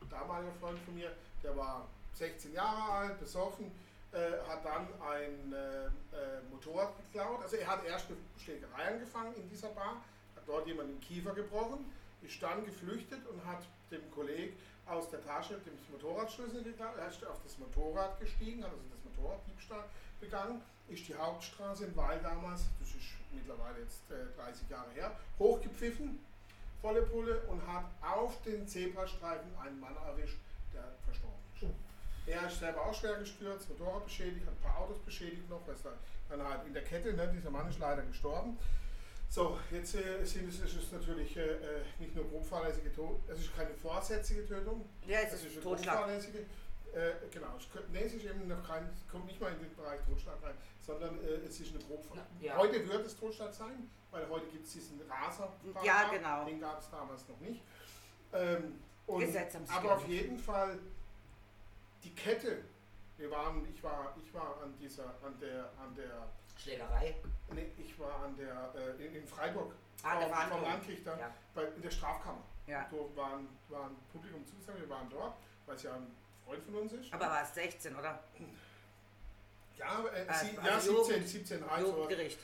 Speaker 3: ein damaliger Freund von mir, der war 16 Jahre alt, besoffen, äh, hat dann ein äh, äh, Motorrad geklaut. Also er hat erst eine Schlägerei angefangen in dieser Bar, hat dort jemanden den Kiefer gebrochen, ist dann geflüchtet und hat dem Kollegen aus der Tasche den Motorradschlüssel geklaut, er ist auf das Motorrad gestiegen, hat also das Motorraddiebstahl begangen, ist die Hauptstraße im Wald damals, das ist mittlerweile jetzt äh, 30 Jahre her, hochgepfiffen, volle Pulle und hat auf den Zebrastreifen einen Mann erwischt, der verstorben ist. Er ist selber auch schwer gestürzt, Motorrad beschädigt, hat ein paar Autos beschädigt noch, was dann, dann halt in der Kette, ne? dieser Mann ist leider gestorben. So, jetzt äh, sind es, ist es natürlich äh, äh, nicht nur grob fahrlässige Tötung, es ist keine vorsätzliche Tötung,
Speaker 1: Ja, es
Speaker 3: es
Speaker 1: ist
Speaker 3: ist eine
Speaker 1: Totschlag.
Speaker 3: grob fahrlässige, äh, genau, es könnte- nee, es ist eben noch kein, kommt nicht mal in den Bereich Totschlag rein, sondern äh, es ist eine grob
Speaker 4: Ja.
Speaker 3: Heute wird es Totschlag sein, weil heute gibt es diesen Raser.
Speaker 1: Ja, genau.
Speaker 3: Den gab es damals noch nicht. Ähm, und,
Speaker 1: Gesetz haben sich
Speaker 3: aber
Speaker 1: geändert.
Speaker 3: auf jeden Fall die Kette. Wir waren, ich war, ich war an dieser, an der, an der,
Speaker 4: Schlägerei.
Speaker 3: nee, ich war an der, äh, in, in Freiburg
Speaker 4: Ah, der
Speaker 3: vom- vom
Speaker 4: Verhandlung.
Speaker 3: Landgericht da,
Speaker 4: Ja.
Speaker 3: bei, in der Strafkammer.
Speaker 1: Ja.
Speaker 3: So waren, waren Publikum zusammen, wir waren dort, weil es ja ein Freund von uns ist.
Speaker 1: Aber war es 16, oder?
Speaker 3: ja, äh,
Speaker 1: also
Speaker 3: sie, ja,
Speaker 1: Jugend-
Speaker 3: 17, 17, also,
Speaker 1: Jugendgericht.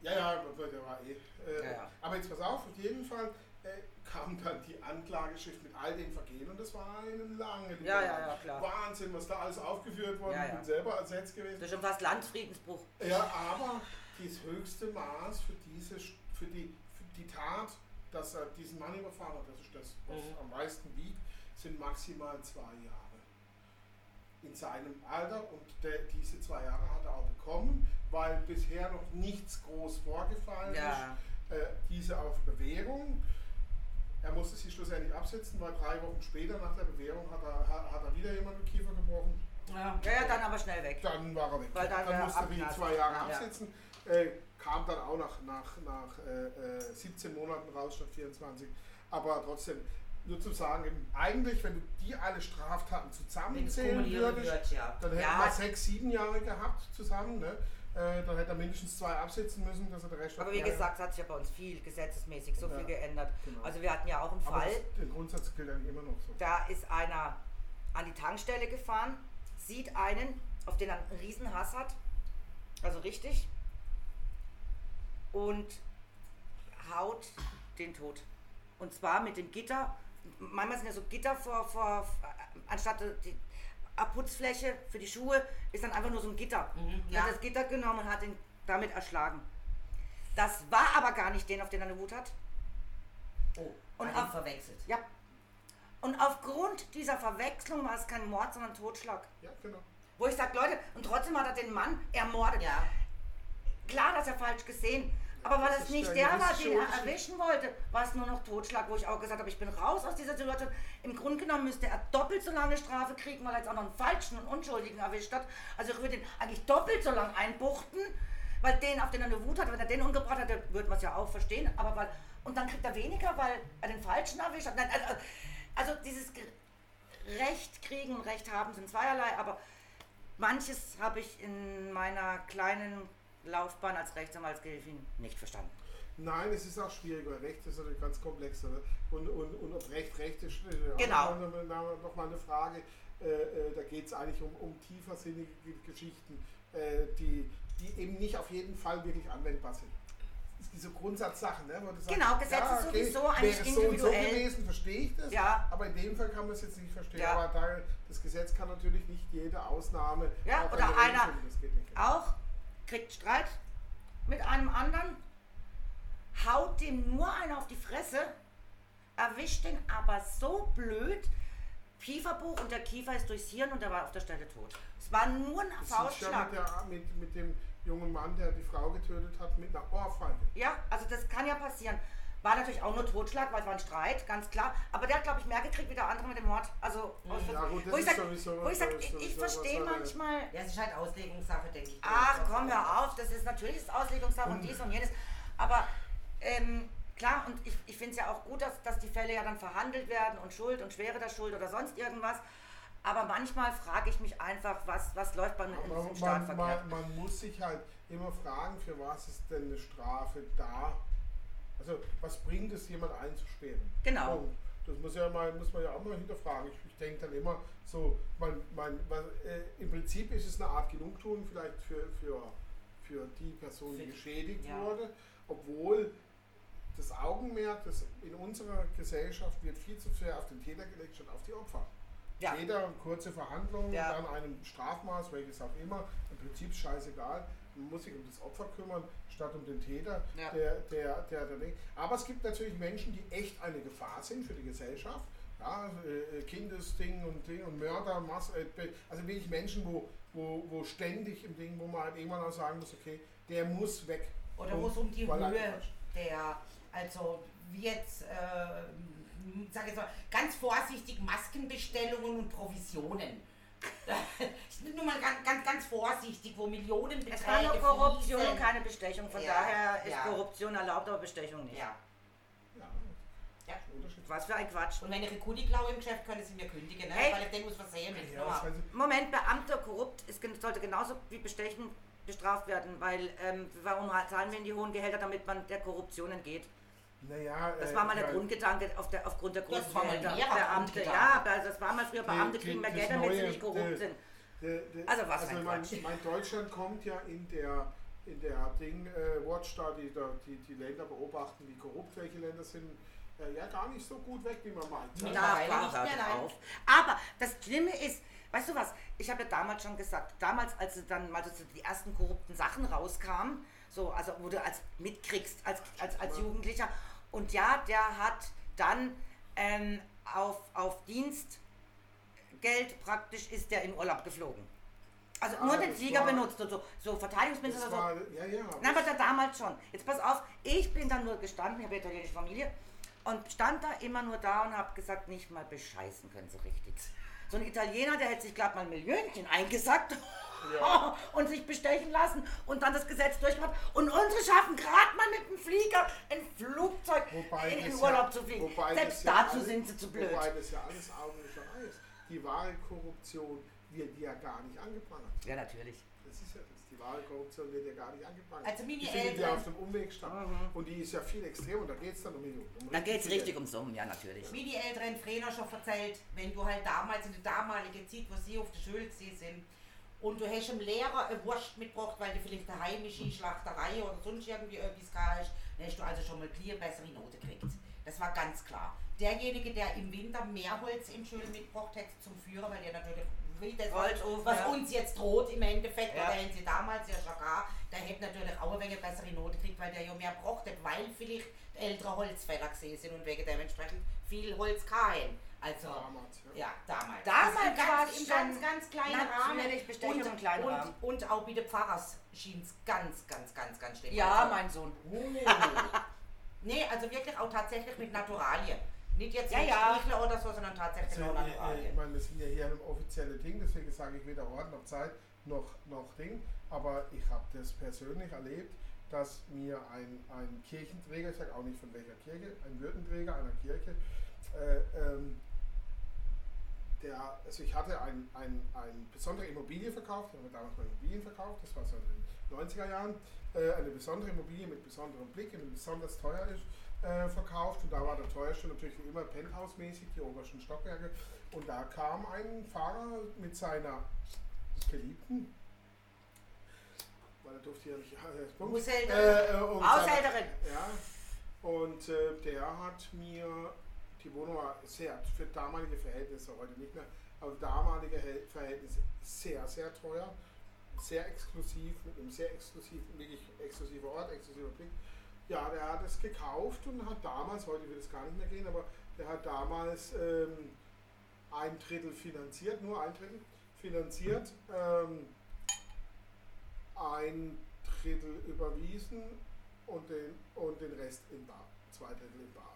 Speaker 3: Ja, ja, gut, der war eh. Äh,
Speaker 1: Ja, ja.
Speaker 3: Aber jetzt pass auf, auf jeden Fall äh, kam dann die Anklageschrift mit all den Vergehen und das war eine lange
Speaker 1: Ja, ja,
Speaker 3: Litanei.
Speaker 1: ja, klar.
Speaker 3: Wahnsinn, was da alles aufgeführt worden
Speaker 1: Ja,
Speaker 3: Ich
Speaker 1: ja.
Speaker 3: bin selber ersetzt gewesen.
Speaker 1: Das ist schon fast Landfriedensbruch.
Speaker 3: Ja, aber das höchste Maß für diese für die, für die Tat, dass er diesen Mann überfahren hat, das ist das, was am meisten wiegt, sind maximal zwei Jahre. In seinem Alter und der, diese zwei Jahre hat er auch bekommen, weil bisher noch nichts groß vorgefallen
Speaker 1: Ja.
Speaker 3: ist. Äh, diese auf Bewährung. Er musste sich schlussendlich absetzen, weil drei Wochen später nach der Bewährung hat er, hat, hat er wieder jemanden mit Kiefer gebrochen.
Speaker 5: Ja, ja, dann aber schnell weg.
Speaker 3: Dann war er weg.
Speaker 5: Weil dann
Speaker 3: dann
Speaker 5: wär
Speaker 3: musste er die
Speaker 5: Abgas.
Speaker 3: zwei Jahre
Speaker 5: Ja.
Speaker 3: absetzen. Äh, kam dann auch nach, nach, nach äh, äh, 17 Monaten raus, statt 24. Aber trotzdem, nur zu sagen, eben, eigentlich, wenn du die alle Straftaten
Speaker 4: Wenn es
Speaker 3: zusammenzählen
Speaker 4: kumuliert
Speaker 3: würdest,
Speaker 4: wird, ja.
Speaker 3: dann hätten wir
Speaker 4: ja,
Speaker 3: sechs, sieben Jahre gehabt zusammen. Ne? Äh, dann hätte er mindestens zwei absetzen müssen, dass er den Rest
Speaker 5: Aber wie gesagt, hat sich ja bei uns viel gesetzesmäßig so
Speaker 3: Ja.
Speaker 5: viel geändert.
Speaker 3: Genau.
Speaker 5: Also wir hatten ja auch einen
Speaker 3: Aber
Speaker 5: Fall,
Speaker 3: das, den Grundsatz gilt dann immer noch so.
Speaker 5: da ist einer an die Tankstelle gefahren, sieht einen, auf den er einen riesen Hass hat, also richtig, und haut den tot. Und zwar mit dem Gitter, manchmal sind ja so Gitter vor, vor anstatt die Abputzfläche für die Schuhe, ist dann einfach nur so ein Gitter.
Speaker 4: Mhm,
Speaker 5: Er hat
Speaker 4: ja.
Speaker 5: das Gitter genommen und hat ihn damit erschlagen. Das war aber gar nicht den, auf den er eine Wut hat.
Speaker 4: oh,
Speaker 5: Und
Speaker 4: und
Speaker 5: ab-
Speaker 4: auch verwechselt.
Speaker 5: Ja. Und aufgrund dieser Verwechslung war es kein Mord, sondern Totschlag.
Speaker 3: Ja, genau.
Speaker 5: Wo ich sage, Leute, und trotzdem hat er den Mann ermordet.
Speaker 4: Ja,
Speaker 5: Klar, dass er falsch gesehen. Aber weil
Speaker 3: das
Speaker 5: es
Speaker 3: ist
Speaker 5: nicht
Speaker 3: ja
Speaker 5: der
Speaker 3: eine
Speaker 5: war, den er
Speaker 3: juristische-
Speaker 5: erwischen wollte, war es nur noch Totschlag, wo ich auch gesagt habe, ich bin raus aus dieser Situation. Im Grunde genommen müsste er doppelt so lange Strafe kriegen, weil er jetzt auch noch einen falschen und Unschuldigen erwischt hat. Also ich würde ihn eigentlich doppelt so lang einbuchten, weil den, auf den er eine Wut hat, wenn er den umgebracht hätte, würde man es ja auch verstehen. Aber weil, und dann kriegt er weniger, weil er den falschen erwischt hat. Nein, also, also dieses Ge- Recht kriegen und Recht haben sind zweierlei, aber manches habe ich in meiner kleinen Laufbahn als Rechtsanwaltsgehilfin nicht verstanden.
Speaker 3: Nein, es ist auch schwieriger. Recht ist natürlich ganz komplex. Oder? Und, und, und ob Recht Recht ist
Speaker 5: Genau.
Speaker 3: nochmal eine Frage. Äh, äh, da geht es eigentlich um, um tiefersinnige Ge- Geschichten, äh, die, die eben nicht auf jeden Fall wirklich anwendbar sind. Das ist diese Grundsatzsachen, ne? wo du sagst,
Speaker 5: Genau, Gesetz ist sowieso eigentlich
Speaker 3: wäre es so und so
Speaker 5: individuell.
Speaker 3: gewesen, verstehe ich das.
Speaker 5: Ja.
Speaker 3: Aber in dem Fall kann man es jetzt nicht verstehen.
Speaker 5: Ja.
Speaker 3: Aber da, das Gesetz kann natürlich nicht jede Ausnahme.
Speaker 5: Ja,
Speaker 3: auch
Speaker 5: oder
Speaker 3: eine Regel
Speaker 5: einer-
Speaker 3: finden, Das geht nicht.
Speaker 5: Auch kriegt Streit mit einem anderen, haut dem nur einer auf die Fresse, erwischt den aber so blöd, Kieferbuch und der Kiefer ist durchs Hirn und er war auf der Stelle tot. Es war nur ein
Speaker 3: Das ist ne? ja
Speaker 5: Faustschlag.
Speaker 3: mit, der, mit, mit dem jungen Mann, der die Frau getötet hat, mit einer Ohrfeige.
Speaker 5: Ja, also das kann ja passieren. War natürlich auch nur Totschlag, weil es war ein Streit, ganz klar. Aber der hat, glaube ich, mehr gekriegt wie der andere mit dem Mord. Also, aus-
Speaker 3: Hm, Ja, gut, das
Speaker 5: wo
Speaker 3: ist
Speaker 5: ich sag,
Speaker 3: sowieso-
Speaker 5: wo ich, sag,
Speaker 3: sowieso-
Speaker 5: ich, ich
Speaker 3: sowieso-
Speaker 5: verstehe
Speaker 3: sowieso-
Speaker 5: manchmal,
Speaker 4: das ist halt Auslegungssache, denke
Speaker 1: Ah.
Speaker 4: ich.
Speaker 5: ach komm, hör auf, das ist natürlich das Auslegungssache und dies und jenes. Aber ähm, klar, und ich, ich finde es ja auch gut, dass, dass die Fälle ja dann verhandelt werden und Schuld und Schwere der Schuld oder sonst irgendwas. Aber manchmal frage ich mich einfach, was, was läuft bei uns im
Speaker 3: man,
Speaker 5: Staatverkehr.
Speaker 3: man, man, man muss sich halt immer fragen, für was ist denn eine Strafe da? Also, was bringt es, jemand einzusperren?
Speaker 5: Genau.
Speaker 3: Punkt. Das muss, ja mal, muss man ja auch mal hinterfragen. Ich, ich denke dann immer so, mein, mein, was, äh, im Prinzip ist es eine Art Genugtuung vielleicht für, für, für die Person, die
Speaker 4: Für-
Speaker 3: geschädigt
Speaker 4: ja.
Speaker 3: wurde, obwohl das Augenmerk das in unserer Gesellschaft wird viel zu sehr auf den Täter gelegt, statt auf die Opfer.
Speaker 5: Ja.
Speaker 3: Jeder kurze Verhandlung,
Speaker 5: Ja.
Speaker 3: dann einem Strafmaß, welches auch immer, im Prinzip scheißegal. Man muss sich um das Opfer kümmern, statt um den Täter.
Speaker 5: Ja.
Speaker 3: Der, der, der, der, aber es gibt natürlich Menschen, die echt eine Gefahr sind für die Gesellschaft. Ja, äh, äh, Kindesding und Ding und Mörder, Mass, äh, be- also wirklich Menschen, wo, wo, wo ständig im Ding, wo man halt irgendwann auch sagen muss, okay, der muss weg.
Speaker 4: Oder
Speaker 3: Und
Speaker 4: wo es um die
Speaker 3: weil er
Speaker 4: Höhe
Speaker 3: Quatsch.
Speaker 4: der, also wie jetzt, äh, sag jetzt mal, ganz vorsichtig Maskenbestellungen und Provisionen. Ich bin nur mal ganz, ganz, ganz vorsichtig, wo Millionen
Speaker 5: Es war nur Korruption und
Speaker 4: fließen.
Speaker 5: keine Bestechung. Von
Speaker 4: Ja,
Speaker 5: daher ist
Speaker 4: ja.
Speaker 5: Korruption erlaubt, aber Bestechung nicht.
Speaker 4: Ja.
Speaker 3: Ja,
Speaker 4: Ja.
Speaker 3: Unterschied.
Speaker 5: Was für ein Quatsch.
Speaker 4: Und wenn ich eine Kudi klaue im Geschäft, können sie mir kündigen, ne?
Speaker 5: Hey.
Speaker 4: weil ich den muss versehen mit.
Speaker 3: Ja, das heißt,
Speaker 5: Moment, Beamter korrupt ist, gen- sollte genauso wie Bestechen bestraft werden, weil ähm, warum ha- zahlen wir in die hohen Gehälter, damit man der Korruption entgeht?
Speaker 3: naja,
Speaker 5: Das
Speaker 3: äh,
Speaker 5: war mal der
Speaker 3: ja,
Speaker 5: Grundgedanke auf der, aufgrund der
Speaker 4: Das war mal
Speaker 5: Grundgehälter.
Speaker 4: mehr
Speaker 5: Beamte,
Speaker 4: Grundgedanke.
Speaker 5: ja, also das war mal früher, Beamte
Speaker 3: Die-
Speaker 5: kriegen
Speaker 3: die-
Speaker 5: mehr
Speaker 3: das
Speaker 5: Geld, damit sie
Speaker 3: neue- äh,
Speaker 5: nicht korrupt
Speaker 3: die-
Speaker 5: sind.
Speaker 3: Der- der-
Speaker 5: Also was ein
Speaker 3: also mein,
Speaker 5: Quatsch.
Speaker 3: mein Deutschland kommt ja in der in der Ding äh, Watch da, die, da die, die Länder beobachten, wie korrupt welche Länder sind, äh, ja gar nicht so gut weg, wie man meint.
Speaker 4: Ja.
Speaker 3: Ja.
Speaker 5: Da
Speaker 4: Mittlerweile
Speaker 5: war
Speaker 4: nicht
Speaker 5: er
Speaker 4: mehr, nein.
Speaker 5: drauf. Aber das Schlimme ist, weißt du was, ich habe ja damals schon gesagt, damals, als sie dann mal so die ersten korrupten Sachen rauskamen, so, also wo du als mitkriegst, als, als, als Jugendlicher, und ja, der hat dann ähm, auf, auf Dienstgeld praktisch ist der in Urlaub geflogen. Also
Speaker 3: Ah,
Speaker 5: nur den
Speaker 3: das
Speaker 5: Flieger
Speaker 3: war-
Speaker 5: benutzt und so, so Verteidigungsminister
Speaker 3: Das
Speaker 5: oder so.
Speaker 3: war, ja, ja.
Speaker 5: Nein, aber da damals schon. Jetzt pass auf, ich bin dann nur gestanden, ich habe ja italienische Familie, Und stand da immer nur da und habe gesagt, nicht mal bescheißen können sie richtig. So ein Italiener, der hätte sich gerade mal ein Millionchen eingesackt
Speaker 3: Ja.
Speaker 5: und sich bestechen lassen und dann das Gesetz durchmacht. Und unsere schaffen gerade mal mit dem Flieger ein Flugzeug
Speaker 3: Wobei
Speaker 5: in den
Speaker 3: das
Speaker 5: Urlaub
Speaker 3: ja,
Speaker 5: zu fliegen.
Speaker 3: wobei das
Speaker 5: Selbst
Speaker 3: ja
Speaker 5: dazu
Speaker 3: alles-
Speaker 5: sind sie zu blöd.
Speaker 3: Wobei das ja alles Augenwischerei ist. Die wahre Korruption wird ja gar nicht angeprangert.
Speaker 5: Ja, natürlich.
Speaker 3: Das ist ja das. Die wahre Korruption wird ja gar nicht angeprangert.
Speaker 4: Also meine
Speaker 3: die findet ja
Speaker 4: Eltern-
Speaker 3: auf dem Umweg statt. Und die ist ja viel extrem und da geht es dann um Millionen. Um
Speaker 5: Mhm. Da geht es
Speaker 3: viel
Speaker 5: richtig
Speaker 3: Geld.
Speaker 5: ums Summen, ja, natürlich.
Speaker 4: Wie die älteren Trainer schon erzählt, wenn du halt damals in der damaligen Zeit, wo sie auf der Schule gewesen sind, und du hast dem Lehrer eine Wurst mitgebracht, weil du vielleicht eine heimische Schlachterei oder sonst irgendwie etwas gehabt hast, dann hast du also schon mal clear bessere Note gekriegt. Das war ganz klar. Derjenige, der im Winter mehr Holz in Schule mitgebracht hätte zum Führer, weil der natürlich will das,
Speaker 5: Holz auf,
Speaker 4: was
Speaker 5: ja.
Speaker 4: uns jetzt droht im Endeffekt,
Speaker 5: Ja.
Speaker 4: oder hätten sie damals ja schon gar, der hätte natürlich auch eine wenig bessere Note gekriegt, weil der ja mehr braucht, weil vielleicht ältere Holzfäller gesehen sind und wegen dementsprechend viel Holz kahen. Also,
Speaker 3: Damals, ja.
Speaker 4: ja, damals.
Speaker 5: Damals
Speaker 4: Also im
Speaker 5: war's
Speaker 4: ganz, im ganz,
Speaker 5: schon
Speaker 4: ganz kleinen Rahmen.
Speaker 5: natürlich Bestechung im kleinen
Speaker 4: und,
Speaker 5: Rahmen.
Speaker 4: Und, und auch bei den Pfarrers schien es ganz, ganz, ganz, ganz schlimm.
Speaker 5: Ja,
Speaker 4: Also,
Speaker 5: mein Sohn.
Speaker 4: Nee, also wirklich auch tatsächlich mit Naturalien. Nicht jetzt
Speaker 5: Ja,
Speaker 4: mit
Speaker 5: ja.
Speaker 4: Strichler oder so, sondern tatsächlich
Speaker 3: Also,
Speaker 4: nur
Speaker 3: äh, äh, ich
Speaker 4: Naturalien.
Speaker 3: meine, wir sind ja hier an einem offiziellen Ding, deswegen sage ich weder Ort noch Zeit noch, noch Ding. Aber ich habe das persönlich erlebt, dass mir ein, ein Kirchenträger, ich sage auch nicht von welcher Kirche, ein Würdenträger einer Kirche, äh, ähm, der, also ich hatte ein, ein, ein besondere Immobilie verkauft, ich habe damals mal Immobilien verkauft, das war so in den 90er Jahren, äh, eine besondere Immobilie mit besonderem Blick, die besonders teuer ist, äh, verkauft und da war der teuerste natürlich wie immer Penthouse-mäßig, die obersten Stockwerke und da kam ein Fahrer mit seiner Geliebten, weil er durfte ja nicht, ja, das ist Punkt.
Speaker 4: Haushälterin.
Speaker 3: Äh, äh, und seiner-
Speaker 5: Haushälterin.
Speaker 3: Ja, und äh, der hat mir, die Wohnung war sehr, für damalige Verhältnisse, heute nicht mehr, aber damalige Hel- Verhältnisse sehr, sehr teuer, sehr exklusiv, mit einem sehr exklusiven, wirklich exklusiver Ort, exklusiver Blick. Ja, der hat es gekauft und hat damals, heute wird es gar nicht mehr gehen, aber der hat damals ähm, ein Drittel finanziert, nur ein Drittel finanziert, ähm, ein Drittel überwiesen und den, und den Rest in Bar, zwei Drittel in Bar.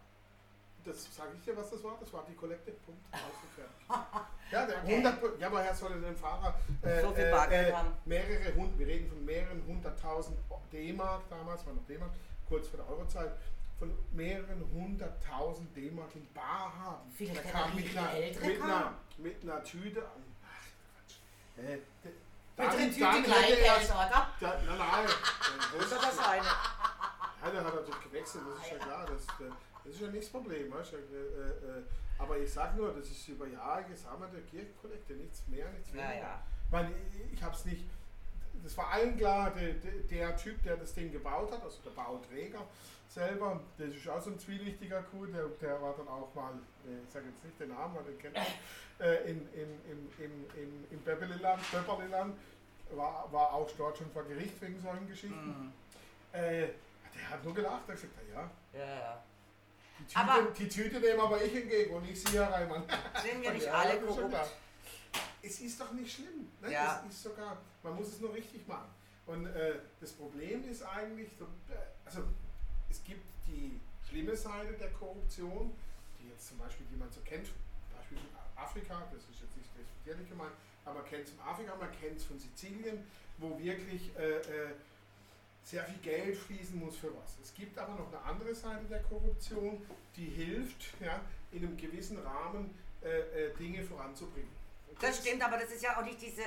Speaker 3: Das sage ich dir, was das war? Das war die Kollekte. Punkt. Ausgefertigt. ja, der 100, Pro- ja, aber Herr sollte den Fahrer äh,
Speaker 5: So viel
Speaker 3: äh,
Speaker 5: Bargeld
Speaker 3: äh,
Speaker 5: haben.
Speaker 3: mehrere Hund, wir reden von mehreren hunderttausend D-Mark damals, war noch D-Mark, kurz vor der Eurozeit, von mehreren hunderttausend D-Mark in Bar haben.
Speaker 4: Vielleicht
Speaker 3: Der
Speaker 4: hat
Speaker 3: kam
Speaker 4: er
Speaker 3: mit
Speaker 4: die
Speaker 3: einer,
Speaker 4: Ältere
Speaker 3: mit,
Speaker 4: kam.
Speaker 3: einer, mit einer Tüte an. Ach, Quatsch. Äh, d-
Speaker 4: Mit
Speaker 3: dann-
Speaker 4: drin Tüte
Speaker 3: dann hätte
Speaker 4: Kleingeld,
Speaker 3: er's-
Speaker 4: oder?
Speaker 3: da- Nein, nein. dann
Speaker 5: Das
Speaker 3: wusste
Speaker 5: ist
Speaker 3: ich-
Speaker 5: das eine.
Speaker 3: Heide hat natürlich gewechselt, das ist ja klar. Das, äh, das ist ja nichts Problem. Weißt? du, äh, äh, Aber ich sage nur, das ist über Jahre gesammelte Kirchenkollekte, nichts mehr, nichts weniger.
Speaker 5: Naja.
Speaker 3: Ich meine, ich- ich habe es nicht. Das war allen klar, der, der Typ, der das Ding gebaut hat, also der Bauträger selber, das ist auch so ein zwielichtiger Kuh, der, der war dann auch mal, äh, ich sage jetzt nicht den Namen, weil den kennt man, äh, in, in, in, in, in, in Böppeliland, Böppeliland, war, war auch dort schon vor Gericht wegen solchen Geschichten. Äh, der hat nur gelacht, er hat gesagt, ja,
Speaker 5: Ja, ja.
Speaker 3: die Tüte,
Speaker 5: Aber-
Speaker 3: die Tüte nehme aber ich entgegen und ich sehe rein, Mann.
Speaker 5: Sind wir nicht
Speaker 3: Ja,
Speaker 5: alle
Speaker 3: das ist schon klar.
Speaker 5: korrupt?
Speaker 3: Es ist doch nicht schlimm. Ne?
Speaker 5: Ja.
Speaker 3: Es ist sogar, man muss es nur richtig machen. Und äh, das Problem ist eigentlich, so, äh, also es gibt die schlimme Seite der Korruption, die jetzt zum Beispiel, die man so kennt, Beispiel von Afrika, das ist jetzt nicht respektierlich gemeint, aber man kennt es von Afrika, man kennt es von Sizilien, wo wirklich äh, äh, sehr viel Geld fließen muss für was. Es gibt aber noch eine andere Seite der Korruption, die hilft, ja, in einem gewissen Rahmen äh, äh, Dinge voranzubringen. Und
Speaker 5: Das
Speaker 3: ist-
Speaker 5: stimmt, aber das ist ja auch nicht diese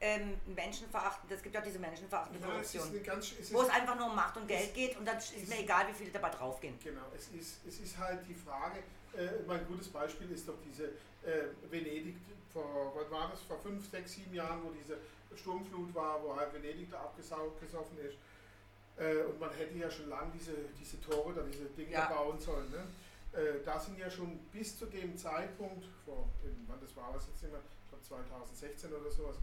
Speaker 5: ähm, menschenverachtende, es gibt ja auch diese menschenverachtende
Speaker 3: Ja, es ist eine
Speaker 5: Korruption.
Speaker 3: ganz, es ist,
Speaker 5: Wo es einfach nur um Macht und Geld
Speaker 3: ist-
Speaker 5: geht und dann ist mir
Speaker 3: ist-
Speaker 5: egal, wie viele dabei draufgehen.
Speaker 3: genau, es ist, es ist halt die Frage, äh, mein gutes Beispiel ist doch diese äh, Venedig, vor, was war das, vor fünf, sechs, sieben Jahren, wo diese Sturmflut war, wo halt Venedig da abgesoffen ist. Äh, und man hätte ja schon lange diese, diese Tore, da diese Dinge
Speaker 5: Ja.
Speaker 3: bauen sollen. Ne? Äh, da sind ja schon bis zu dem Zeitpunkt, vor, eben, wann das war, was jetzt nicht mehr, ich glaube 2016 oder sowas,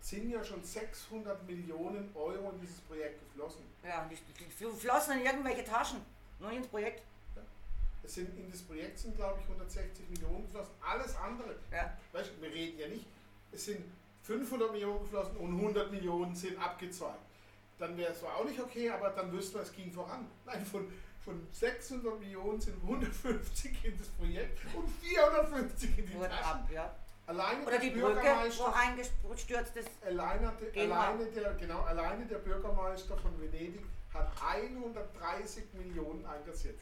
Speaker 3: sind ja schon 600 Millionen Euro in dieses Projekt geflossen.
Speaker 5: Ja, die, die, die flossen in irgendwelche Taschen. Nur ins Projekt.
Speaker 3: Es sind in das Projekt sind, glaube ich, 160 Millionen geflossen. Alles andere,
Speaker 5: Ja.
Speaker 3: weißt, du, wir reden ja nicht, es sind 500 Millionen geflossen und 100 Millionen sind abgezweigt. Dann wäre es zwar auch nicht okay, aber dann wüssten wir, es ging voran. Nein, von Von 600 Millionen sind 150 in das Projekt und 450 in die
Speaker 5: Wurde
Speaker 3: Taschen.
Speaker 5: ab, ja.
Speaker 3: Alleine der
Speaker 5: Oder die Brücke, wo
Speaker 3: Bürgermeister,
Speaker 5: eingestürzt ist.
Speaker 3: alleine, der,
Speaker 5: Gehen wir.
Speaker 3: alleine, der, genau, alleine der Bürgermeister von Venedig hat 130 Millionen einkassiert.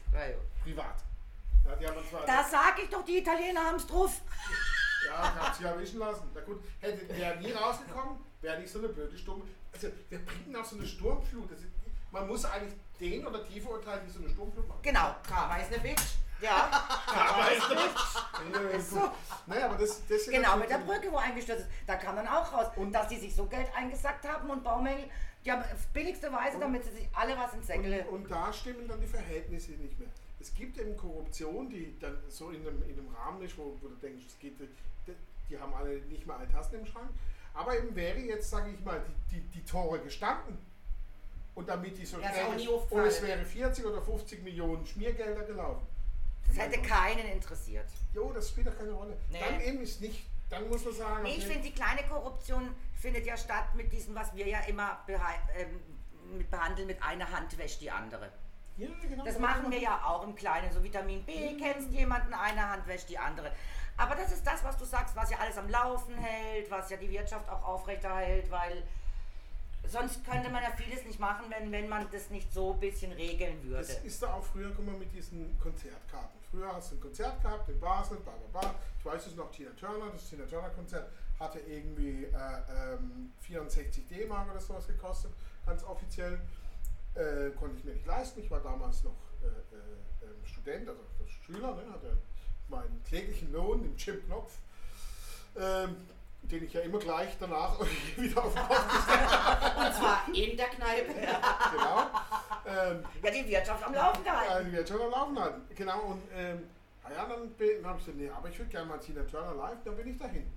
Speaker 3: Privat. Ja, die haben zwar
Speaker 5: Da sage ich doch, die Italiener haben es drauf.
Speaker 3: Ja, ich hab's ja erwischen lassen. Na gut, hätte der nie rausgekommen, wäre nicht so eine blöde Sturm. Also, wir bringen auch so eine Sturmflut. Das ist, man muss eigentlich den oder die verurteilen, die so eine Sturmflut machen.
Speaker 5: Genau.
Speaker 4: Karma ist eine Bitch.
Speaker 5: Ja.
Speaker 3: Ja, weißt du. Ja,
Speaker 5: so.
Speaker 3: gut. Naja, aber das, das sind
Speaker 5: Genau,
Speaker 3: natürlich
Speaker 5: mit der
Speaker 3: die-
Speaker 5: Brücke, wo eingestürzt ist. Da kann man auch raus. Und dass die sich so Geld eingesackt haben und Baumängel, die haben auf billigste Weise, damit sie sich alle was ins Sängel.
Speaker 3: Und, und da stimmen dann die Verhältnisse nicht mehr. Es gibt eben Korruption, die dann so in einem, in einem Rahmen ist, wo, wo du denkst, es geht, die, die haben alle nicht mal alle Tassen im Schrank. Aber eben wäre jetzt, sage ich mal, die, die, die Tore gestanden. Und damit die so
Speaker 4: Ja, ist
Speaker 3: schnell-
Speaker 4: auch nie
Speaker 3: und
Speaker 4: aufgefallen. ne?
Speaker 3: es wäre 40 oder 50 Millionen Schmiergelder gelaufen.
Speaker 5: Das hätte keinen interessiert.
Speaker 3: Jo, das spielt doch keine Rolle.
Speaker 4: Nee.
Speaker 3: Dann eben ist nicht, dann muss man sagen,
Speaker 5: Nee, ich
Speaker 3: okay,
Speaker 5: finde, die kleine Korruption findet ja statt mit diesem, was wir ja immer beha- ähm, mit behandeln, mit einer Hand wäscht die andere.
Speaker 3: ja, genau,
Speaker 5: Das
Speaker 3: so
Speaker 5: machen
Speaker 3: man-
Speaker 5: wir ja auch im Kleinen, so Vitamin B kennst jemanden, eine Hand wäscht die andere. Aber das ist das, was du sagst, was ja alles am Laufen hält, was ja die Wirtschaft auch aufrechterhält, weil sonst könnte man ja vieles nicht machen, wenn, wenn man das nicht so ein bisschen regeln würde.
Speaker 3: Das ist da auch früher gekommen mit diesen Konzertkarten. Früher hast du ein Konzert gehabt in Basel, bla bla bla. Ich weiß es noch, Tina Turner, das Tina Turner Konzert hatte irgendwie äh, ähm, 64 D-Mark oder sowas gekostet, ganz offiziell. Äh, konnte ich mir nicht leisten. Ich war damals noch äh, äh, ähm, Student, also Schüler, ne? hatte meinen täglichen Lohn im Chip-Knopf, ähm, den ich ja immer gleich danach wieder auf den Kopf
Speaker 4: Und zwar in der Kneipe.
Speaker 3: genau. Ähm,
Speaker 5: ja, die Wirtschaft am Laufen gehalten.
Speaker 3: Ja, die wird schon am Laufen halten. Genau, und ähm, na ja, dann, bin- dann habe ich gesagt, nee, aber ich würde gerne mal Tina Turner live, dann bin ich dahin.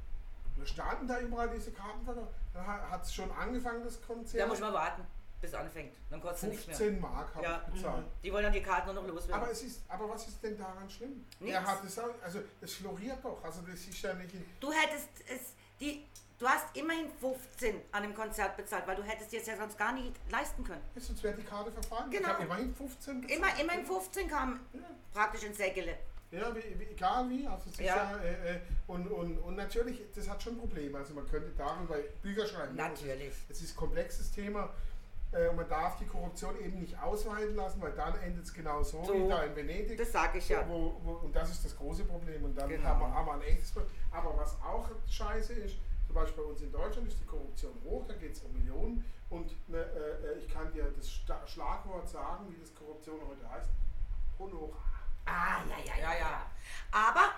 Speaker 3: Und da standen da überall diese Karten, dann hat es schon angefangen, das
Speaker 5: Da
Speaker 3: Konzert.
Speaker 5: muss man warten, bis es anfängt. Dann kostet es nichts mehr.
Speaker 3: 15 Mark habe
Speaker 5: Ja, Mhm.
Speaker 3: ich bezahlt.
Speaker 5: Die wollen dann die Karten nur noch loswerden.
Speaker 3: Aber, es ist, aber was ist denn daran schlimm?
Speaker 5: Nichts.
Speaker 3: Er hat es auch, also es floriert doch. Also das ist ja nicht.
Speaker 5: Du hättest es, die, du hast immerhin 15 an dem Konzert bezahlt, weil du hättest dir es ja sonst gar nicht leisten können.
Speaker 3: Sonst wäre die Karte verfallen. Ich
Speaker 5: Genau.
Speaker 3: habe immerhin 15 bezahlt.
Speaker 5: Immer, immerhin 15 kam praktisch ins Säckele.
Speaker 3: Ja, wie, wie, egal wie. Also es ist
Speaker 5: Ja.
Speaker 3: ja, äh, äh, und, und, und natürlich, das hat schon Probleme. Also man könnte darüber Bücher schreiben. ne?
Speaker 5: Natürlich.
Speaker 3: Es ist ein komplexes Thema. Äh, und man darf die Korruption eben nicht ausweiten lassen, weil dann endet es genau so,
Speaker 5: So.
Speaker 3: wie da in Venedig.
Speaker 5: Das sage ich ja.
Speaker 3: Wo, wo, und das ist das große Problem. Und dann
Speaker 5: Genau.
Speaker 3: haben, wir, haben wir ein echtes Problem. Aber was auch scheiße ist, zum Beispiel bei uns in Deutschland ist die Korruption hoch, da geht es um Millionen. Und ne, äh, äh, ich kann dir das Sta- Schlagwort sagen, wie das Korruption heute heißt. Honorar.
Speaker 4: Ah, ja, ja, ja, ja.
Speaker 5: Aber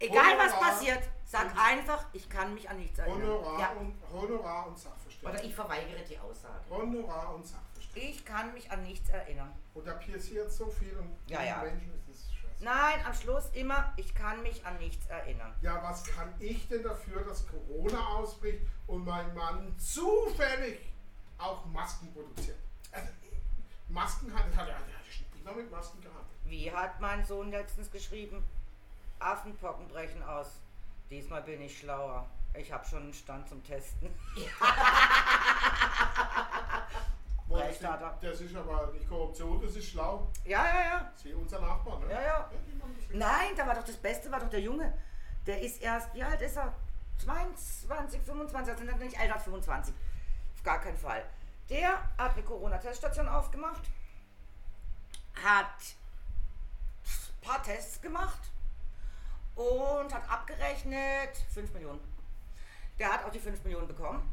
Speaker 5: egal was
Speaker 3: Honorar.
Speaker 5: passiert, sag einfach, ich kann mich an nichts erinnern.
Speaker 3: Honorar,
Speaker 4: Ja.
Speaker 3: und, Honorar und
Speaker 4: Oder
Speaker 3: Sachverständigung.
Speaker 4: ich verweigere die Aussage.
Speaker 3: Honorar und Sachverständigung.
Speaker 5: Ich kann mich an nichts erinnern.
Speaker 3: Und da passiert so viel und
Speaker 5: Ja,
Speaker 3: die
Speaker 5: ja.
Speaker 3: Menschen ist das scheiße.
Speaker 5: Nein, am Schluss immer, ich kann mich an nichts erinnern.
Speaker 3: Ja, was kann ich denn dafür, dass Corona ausbricht und mein Mann zufällig auch Masken produziert? Also, Masken hat, hat, er- hat er immer mit Masken gehabt.
Speaker 5: Wie hat mein Sohn letztens geschrieben? Affenpocken brechen aus. Diesmal bin ich schlauer. Ich habe schon einen Stand zum Testen. Recht hat er.
Speaker 3: Das ist aber nicht Korruption, das ist schlau.
Speaker 5: Ja, ja, ja.
Speaker 3: Sie unser Nachbar, ne?
Speaker 5: Ja, ja.
Speaker 3: die machen das richtig.
Speaker 5: Nein, da war doch das Beste, war doch der Junge. Der ist erst, wie alt ist er? 22, 25, also nicht älter als 25. Auf gar keinen Fall. Der hat eine Corona-Teststation aufgemacht, hat ein paar Tests gemacht und hat abgerechnet 5 Millionen. Der hat auch die 5 Millionen bekommen,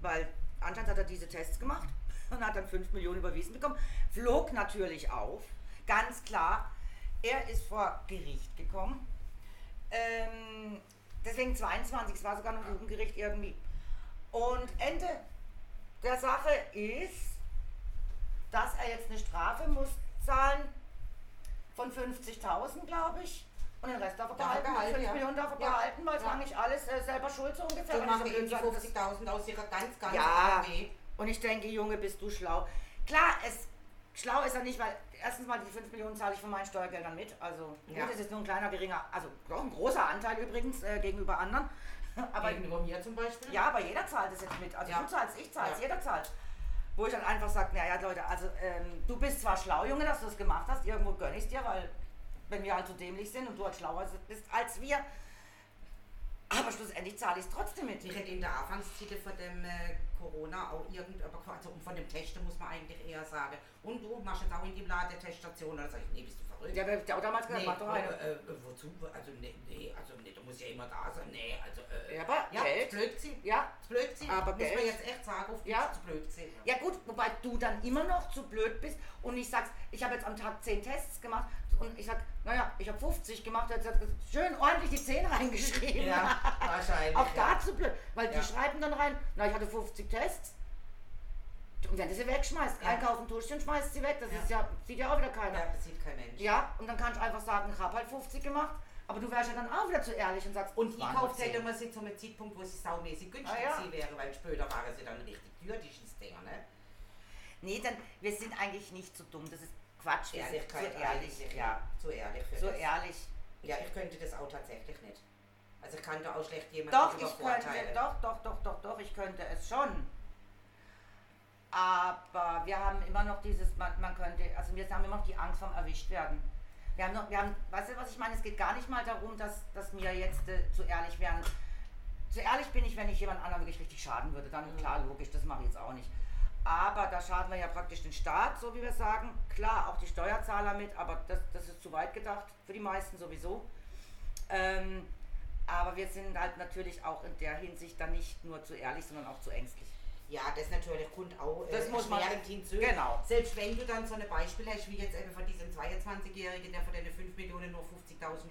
Speaker 5: weil anscheinend hat er diese Tests gemacht und hat dann 5 Millionen überwiesen bekommen. Flog natürlich auf, ganz klar. Er ist vor Gericht gekommen. Ähm, deswegen 22, es war sogar noch Jugendgericht irgendwie. Und Ende der Sache ist, dass er jetzt eine Strafe muss zahlen von 50.000, glaube ich. Und den Rest darf er
Speaker 4: Darf er
Speaker 5: behalten,
Speaker 4: behalten,
Speaker 5: 5
Speaker 4: ja.
Speaker 5: Millionen darf er
Speaker 4: Ja.
Speaker 5: behalten, weil es
Speaker 4: Ja.
Speaker 5: war nicht alles äh, selber schuld so ungefähr.
Speaker 4: So
Speaker 5: wenn
Speaker 4: machen
Speaker 5: ich
Speaker 4: eben die
Speaker 5: blöd sage.
Speaker 4: 50.000 aus ihrer ganz, ganz
Speaker 5: Ja,
Speaker 4: AG.
Speaker 5: und ich denke, Junge, bist du schlau. Klar, es, schlau ist er nicht, weil erstens mal die 5 Millionen zahle ich von meinen Steuergeldern mit. Also
Speaker 4: Ja.
Speaker 5: gut, es ist nur ein kleiner, geringer, also doch ein großer Anteil übrigens äh, gegenüber anderen. Aber
Speaker 4: Gegenüber mir zum Beispiel.
Speaker 5: ja, aber jeder zahlt es jetzt mit. Also
Speaker 4: Ja.
Speaker 5: du zahlst, ich zahl's,
Speaker 4: Ja.
Speaker 5: jeder zahlt. wo ich dann einfach sage, naja Leute, also ähm, du bist zwar schlau, Junge, dass du es gemacht hast, irgendwo gönne ich dir, weil wenn wir halt so dämlich sind und du halt schlauer bist als wir, aber schlussendlich zahle ich es trotzdem mit.
Speaker 4: Ich hätte in der Anfangstitel von dem äh, Corona auch irgend, aber qua- also von dem Tester muss man eigentlich eher sagen. Und du machst jetzt auch in die Ladeteststation. Dann sag ich, nee, bist du verrückt?
Speaker 5: Ja, wer hat ja auch damals gesagt,
Speaker 4: Nee,
Speaker 5: mach doch eine.
Speaker 4: äh, äh, wozu? Also nee, nee, also nee, du musst ja immer da sein. Nee, also äh,
Speaker 5: Ja, aber
Speaker 4: ja,
Speaker 5: Geld.
Speaker 4: ist Blödsinn.
Speaker 5: Ja,
Speaker 4: ist Blödsinn.
Speaker 5: Aber
Speaker 4: muss man
Speaker 5: Geld.
Speaker 4: jetzt echt sagen, auf
Speaker 5: Ja.
Speaker 4: ist Blödsinn.
Speaker 5: Ja gut, wobei du dann immer noch zu blöd bist und ich sagst, ich habe jetzt am Tag 10 Tests gemacht und ich sag, naja, ich habe 50 gemacht, jetzt hat gesagt, schön ordentlich die 10 reingeschrieben.
Speaker 4: Ja, wahrscheinlich.
Speaker 5: Auch
Speaker 4: ja.
Speaker 5: dazu blöd, weil
Speaker 4: Ja.
Speaker 5: die schreiben dann rein, na, ich hatte 50 Tests. Und wenn du sie wegschmeißt,
Speaker 4: Ja.
Speaker 5: einkaufen tust und schmeißt sie weg, das
Speaker 4: Ja.
Speaker 5: ist ja, sieht ja auch wieder keiner.
Speaker 4: Ja,
Speaker 5: Ja,
Speaker 4: das sieht kein Mensch.
Speaker 5: und dann kann ich einfach sagen, ich habe halt 50 gemacht, aber du wärst ja dann auch wieder zu ehrlich und sagst,
Speaker 4: Und die
Speaker 5: waren nur
Speaker 4: kauft
Speaker 5: 10.
Speaker 4: hätte man sie halt zu einem Zeitpunkt, wo sie saumäßig günstig
Speaker 5: Ah, ja.
Speaker 4: sie wäre, weil später waren sie dann richtig teuer, die Dinger, ne?
Speaker 5: Nee, dann, wir sind eigentlich nicht so dumm, das ist Quatsch, wir sind zu
Speaker 4: Ehrlichkeit,
Speaker 5: ehrlich.
Speaker 4: eigentlich,
Speaker 5: Ja.
Speaker 4: Zu ehrlich für
Speaker 5: So
Speaker 4: das.
Speaker 5: ehrlich.
Speaker 4: Ja, ich könnte das auch tatsächlich nicht. Also ich kann da auch schlecht jemanden
Speaker 5: Doch, ich könnte,
Speaker 4: übervorteilen.
Speaker 5: doch, doch, doch, doch, doch, ich könnte es schon. Aber wir haben immer noch dieses, man, man könnte, also wir haben immer noch die Angst vom erwischt werden. Wir haben noch, wir haben, weißt du, was ich meine? Es geht gar nicht mal darum, dass, dass mir jetzt äh, zu ehrlich werden. Zu ehrlich bin ich, wenn ich jemand anderem wirklich richtig schaden würde. Dann klar, logisch, das mache ich jetzt auch nicht. Aber da schaden wir ja praktisch den Staat, so wie wir sagen. Klar, auch die Steuerzahler mit, aber das, das ist zu weit gedacht, für die meisten sowieso. Ähm, aber wir sind halt natürlich auch in der Hinsicht dann nicht nur zu ehrlich, sondern auch zu ängstlich.
Speaker 4: Ja, das natürlich kommt auch äh,
Speaker 5: Das muss man-
Speaker 4: erschwerend hinzu.
Speaker 5: genau.
Speaker 4: Selbst wenn du dann so eine Beispiel hast, wie jetzt eben von diesem 22-Jährigen, der von den 5 Millionen nur 50.000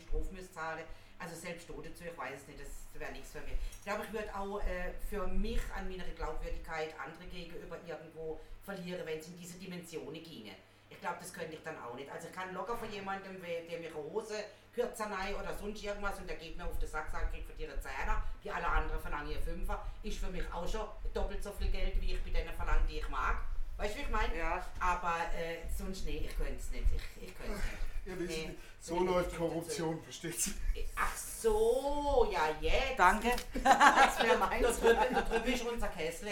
Speaker 4: Strophen müsste zahlen. Also selbst da dazu, ich weiß es nicht, das wäre nichts für mich. Ich glaube, ich würde auch äh, für mich an meiner Glaubwürdigkeit andere gegenüber irgendwo verlieren, wenn es in diese Dimensionen ginge. Ich glaube, das könnte ich dann auch nicht. Also ich kann locker von jemandem, we- der mir ihre Hose kürzer rein oder sonst irgendwas und der geht mir auf den Sack, sagt, kriegt von dir einen Zehner, die alle anderen verlangen ihr Fünfer, ist für mich auch schon doppelt so viel Geld, wie ich bei denen verlange, die ich mag. Weißt du, wie ich meine?
Speaker 5: Ja.
Speaker 4: Aber äh, sonst, nee, ich könnte es nicht. Ich, ich könnte es
Speaker 3: Ihr
Speaker 4: nicht.
Speaker 3: wisst,
Speaker 4: Nee.
Speaker 3: so
Speaker 4: Nee,
Speaker 3: läuft
Speaker 4: ich könnte
Speaker 3: Korruption, versteht's?
Speaker 4: nicht. Ach so, ja jetzt.
Speaker 5: Danke.
Speaker 4: Das wäre meins. Da drüben ist unser Kessel.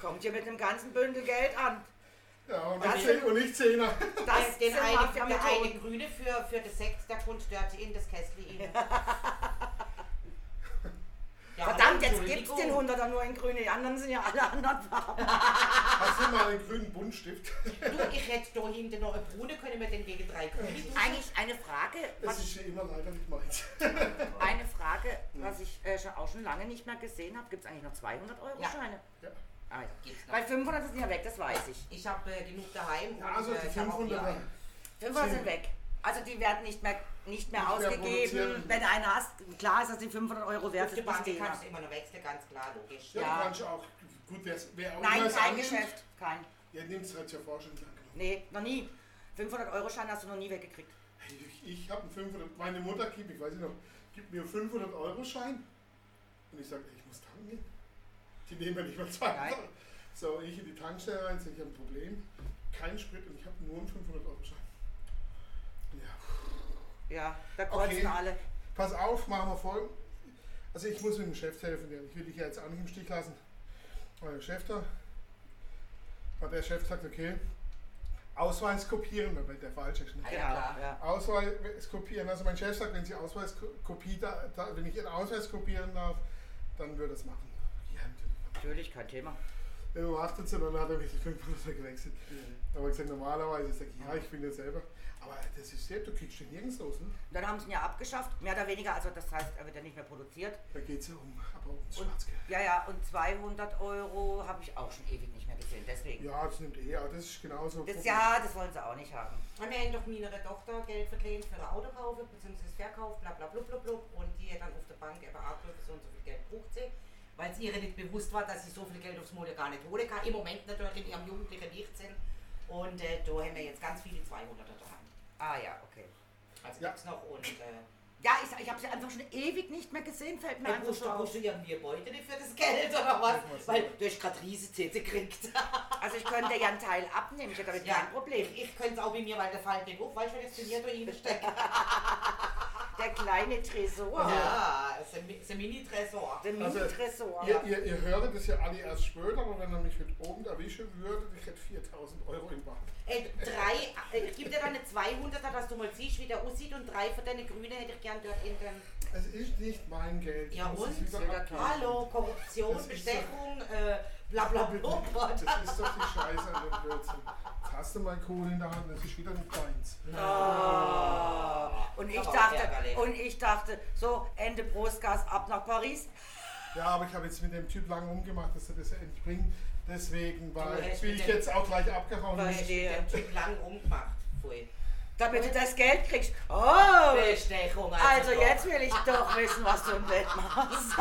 Speaker 5: Kommt hier mit einem ganzen Bündel Geld an.
Speaker 3: Ja, und
Speaker 5: Das
Speaker 3: ich
Speaker 5: sind-
Speaker 3: zehn und ich Zehner.
Speaker 5: Das
Speaker 4: den
Speaker 5: sind
Speaker 4: einen, der
Speaker 5: Mafia-Methoden.
Speaker 4: eine Grüne für, für das Sex, der Grund störte ihn, das Kessel ihn. Ja,
Speaker 5: Verdammt, jetzt
Speaker 4: Entschuldigung.
Speaker 5: gibt's den 100er nur in grüne, die anderen sind ja alle anderen Farben.
Speaker 3: Hast du mal einen grünen Buntstift?
Speaker 4: Du, ich hätte da hinten noch eine Brune, können wir den gegen drei Grüne tun?
Speaker 5: Eigentlich eine Frage,
Speaker 3: Das
Speaker 5: was,
Speaker 3: ist ja immer leider nicht meins.
Speaker 5: eine Frage, was ich äh, schon, auch schon lange nicht mehr gesehen habe. Gibt's eigentlich noch 200 Euro
Speaker 4: Ja.
Speaker 5: Scheine?
Speaker 3: Ja.
Speaker 5: Ah, ja.
Speaker 4: Gibt's noch.
Speaker 5: Bei 500 sind ja weg, das weiß ich.
Speaker 4: Ich habe äh, genug daheim.
Speaker 3: Ja, also
Speaker 4: und, äh,
Speaker 3: die
Speaker 4: ich hab auch hier
Speaker 3: 500er.
Speaker 4: einen.
Speaker 5: 500 sind weg. Also die werden nicht mehr, nicht mehr
Speaker 3: Nicht mehr
Speaker 5: ausgegeben.
Speaker 3: produzieren.
Speaker 5: Wenn du eine hast, klar ist das die 500 Euro wert.
Speaker 4: Auf der
Speaker 5: ist das
Speaker 4: Bank
Speaker 5: Thema.
Speaker 4: kannst du immer noch wechseln, ganz klar, logisch.
Speaker 3: Ja,
Speaker 5: Ja.
Speaker 3: du kannst auch. Gut, wer's- wer auch immer
Speaker 5: Nein,
Speaker 3: es
Speaker 5: kein
Speaker 3: annimmt,
Speaker 5: Geschäft. Kein.
Speaker 3: Der nimmt es halt ja vor, schon danke.
Speaker 5: Nee, noch nie. 500-Euro-Schein hast du noch nie weggekriegt.
Speaker 3: Ich, ich habe einen 500, meine Mutter gibt, ich weiß nicht noch, gibt mir einen 500 Euro Schein und ich sage, ich muss tanken gehen. Die nehmen mir nicht mal 200
Speaker 5: Nein.
Speaker 3: Euro. So, ich in die Tankstelle rein, sehe ich habe ein Problem, kein Sprit und ich habe nur einen 500 Euro Schein. Ja.
Speaker 5: Ja, da
Speaker 3: Okay.
Speaker 5: kreuzen alle.
Speaker 3: Pass auf, machen wir folgen. Also ich muss mit dem Chef telefonieren, ich will dich ja jetzt auch nicht im Stich lassen. Mein Chef da, hat der Chef sagt, okay, Ausweis kopieren, weil der falsch ist. Ne?
Speaker 4: Ah, ja, klar.
Speaker 5: genau. ja.
Speaker 3: Ausweis kopieren. Also mein Chef sagt, wenn Sie Ausweiskopie da, da, wenn ich Ihren Ausweis kopieren darf, dann würde es machen. Ja, natürlich.
Speaker 5: Natürlich, kein Thema.
Speaker 3: Dann wartet sie, dann hat er mich die 500 gewechselt. Aber ich sage normalerweise, ich sage, ja, ich bin ja selber. Aber das ist selbst, du kriegst den nirgends los. Ne?
Speaker 5: Und dann haben sie ihn ja abgeschafft, mehr oder weniger. Also das heißt, er wird ja nicht mehr produziert.
Speaker 3: Da geht es ja um, aber ums
Speaker 5: Und,
Speaker 3: Schwarzgeld.
Speaker 5: ja, ja, und 200 Euro habe ich auch schon ewig nicht mehr gesehen. Deswegen.
Speaker 3: Ja, das nimmt eh, aber das ist genauso. ein
Speaker 5: Das
Speaker 3: Problem.
Speaker 5: ja, das wollen sie auch nicht haben.
Speaker 4: Und wir haben doch meiner Tochter Geld verdient für den Autokauf bzw. Verkauf, bla bla blub blub blub. Und die hat dann auf der Bank eben angerufen, so und so viel Geld braucht sie. Weil es ihr nicht bewusst war, dass sie so viel Geld aufs Mal ja gar nicht holen kann. Im Moment natürlich in ihrem jugendlichen Lichtsinn. Und äh, da haben wir jetzt ganz viele 200er daheim.
Speaker 5: Ah ja, okay.
Speaker 4: Also
Speaker 3: Ja.
Speaker 4: gibt's noch und äh,
Speaker 5: Ja, ich, ich habe sie einfach schon ewig nicht mehr gesehen, fällt mir
Speaker 4: dann
Speaker 5: einfach
Speaker 4: brauchst
Speaker 5: so
Speaker 4: du,
Speaker 5: auf.
Speaker 4: brauchst du irgendwie Beute nicht für das Geld oder was?
Speaker 3: muss
Speaker 4: Weil
Speaker 3: sagen.
Speaker 4: du hast gerade riesige Zähne gekriegt.
Speaker 5: Also ich könnte ja einen Teil abnehmen, ich hätte damit kein Problem.
Speaker 4: Ich, ich könnte es auch bei mir, weil der fällt nicht auf, weißt du, wenn ich es zu mir da reinstecke.
Speaker 5: Der der kleine Tresor.
Speaker 4: Ja, ist ein, Mi- ist ein Mini-Tresor.
Speaker 5: Der
Speaker 3: Also,
Speaker 5: Mini-Tresor.
Speaker 3: Ihr, ihr, ihr höret es ja alle erst später, aber wenn er mich heute oben erwischen würde, ich hätte 4000 Euro im Bank.
Speaker 4: Äh, drei, äh, gib dir dann eine 200er, dass du mal siehst, wie der aussieht und drei für deine Grüne hätte ich gern dort in den...
Speaker 3: Es ist nicht mein Geld.
Speaker 4: Ja
Speaker 3: Das
Speaker 4: und?
Speaker 3: ist wieder abgeben.
Speaker 4: Hallo, Korruption,
Speaker 3: Das ist
Speaker 4: Bestechung, äh, bla bla bla. Oh
Speaker 3: Das ist doch die Scheiße an dem Blödsinn. Jetzt hast du mal Kohle in der Hand, das ist wieder nicht deins.
Speaker 4: Ah.
Speaker 5: Oh. Und ich
Speaker 4: Aber
Speaker 5: dachte,
Speaker 4: ärgerlich.
Speaker 5: und ich dachte, so Ende Brustgas ab nach Paris.
Speaker 3: Ja, aber ich habe jetzt mit dem Typ lange rumgemacht, dass er das ja endlich bringt. Deswegen war,
Speaker 4: Du hättest
Speaker 3: bin
Speaker 4: mit
Speaker 3: ich
Speaker 4: dem-
Speaker 3: jetzt auch gleich abgehauen.
Speaker 5: Weil-
Speaker 4: Ich
Speaker 5: Verstehe.
Speaker 4: hab den Typ lang rumgemacht. Pfui.
Speaker 5: Damit du das Geld kriegst. Oh!
Speaker 4: Bestechung.
Speaker 5: Also
Speaker 4: doch.
Speaker 5: jetzt will ich doch wissen, was du im Bett machst.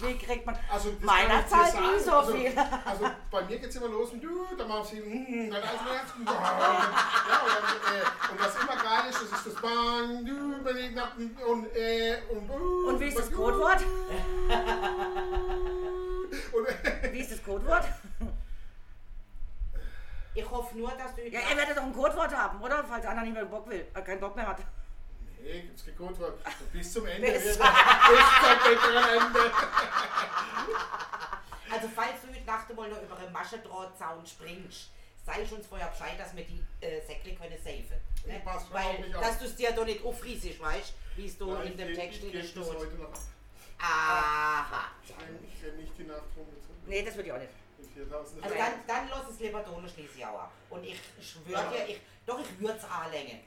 Speaker 5: Wie kriegt man.
Speaker 3: Also, das kann
Speaker 5: Meiner
Speaker 3: ich dir
Speaker 5: zahlt nie
Speaker 3: sagen.
Speaker 5: so viel.
Speaker 3: Also, also bei mir geht es immer los und du, dann machst du mm, dann alles mehr. mm, Ja, und, dann, äh, und was immer geil ist, das ist das Bang, du, überleg nach mm, und äh, und uh,
Speaker 5: Und wie ist das
Speaker 3: du-
Speaker 5: Codewort?
Speaker 3: Und, äh,
Speaker 5: Wie ist das Codewort?
Speaker 4: Ich hoffe nur, dass du...
Speaker 5: Ja, ihr werdet doch ein Codewort haben, oder? Falls einer nicht mehr Bock will, äh, keinen Bock mehr hat.
Speaker 3: nee, gibt's kein Codewort. Bis zum Ende.
Speaker 5: Bis-
Speaker 3: Bis zum halt Ende.
Speaker 4: Also falls du heute Nacht mal noch über einen Maschendrahtzaun springst, sei schon vorher Bescheid, dass wir die äh, Säckle können safen. Ne?
Speaker 3: Ich pass schon auf
Speaker 4: Weil,
Speaker 3: mich auf.
Speaker 4: dass du es dir doch nicht aufriesig weißt, wie es du in dem
Speaker 3: Ich-
Speaker 4: Text
Speaker 3: ich geb
Speaker 4: drin
Speaker 3: das
Speaker 4: steht.
Speaker 3: heute noch ab.
Speaker 4: Aha.
Speaker 3: Nein, ich werde nicht die Nacht rumgezogen.
Speaker 5: Nee, das würde ich auch nicht.
Speaker 3: Mit 4000
Speaker 4: Also
Speaker 3: Euro.
Speaker 4: dann, dann lass es lieber Donner schließe ich auch ab. Und ich schwöre
Speaker 3: Ja.
Speaker 4: dir, ich, doch, ich würde es anlängen.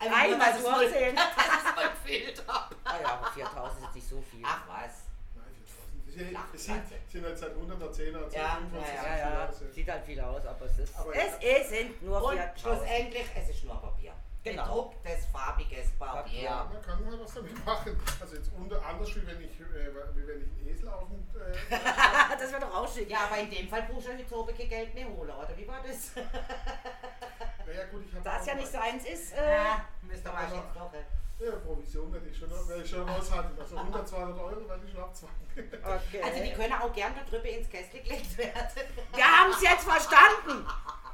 Speaker 4: Also
Speaker 5: Einmal durchsehen.
Speaker 4: Voll fehlt ab.
Speaker 5: Ah ja, aber 4000 ist jetzt nicht so viel.
Speaker 4: Ach was.
Speaker 3: Nein, 4000. Das sind-
Speaker 4: Ach,
Speaker 3: Das sind,
Speaker 4: Scheiße.
Speaker 3: sind halt seit 110er,
Speaker 4: Ja,
Speaker 5: Ja, ja,
Speaker 3: also.
Speaker 5: sieht halt viel aus, aber es ist.
Speaker 3: Aber-
Speaker 5: es ist, sind nur
Speaker 4: Und
Speaker 5: 4000.
Speaker 4: schlussendlich, es ist nur Papier.
Speaker 5: Genau.
Speaker 4: Gedrucktes, farbiges Papier.
Speaker 3: Ja, man kann halt was damit machen. Also jetzt unter anders wie wenn ich, äh, wie wenn ich einen Esel auf dem äh,
Speaker 5: Ah, das wird doch ausschicken.
Speaker 4: Ja, aber in dem Fall brauchst du heute oben kein Geld mehr holen, oder wie war das?
Speaker 3: na ja gut, ich habe
Speaker 5: Da es ja nicht seins ist, äh,
Speaker 4: Ah, müsst ihr mal
Speaker 3: Also-
Speaker 4: jetzt noch. äh,
Speaker 3: Ja, Provision werde ich schon, werde ich schon raushalten. Also 100, 200 Euro werde ich schon abzwacken.
Speaker 5: okay.
Speaker 4: Also die können auch gern da drüber ins Kästchen gelegt werden.
Speaker 5: Wir haben es jetzt verstanden.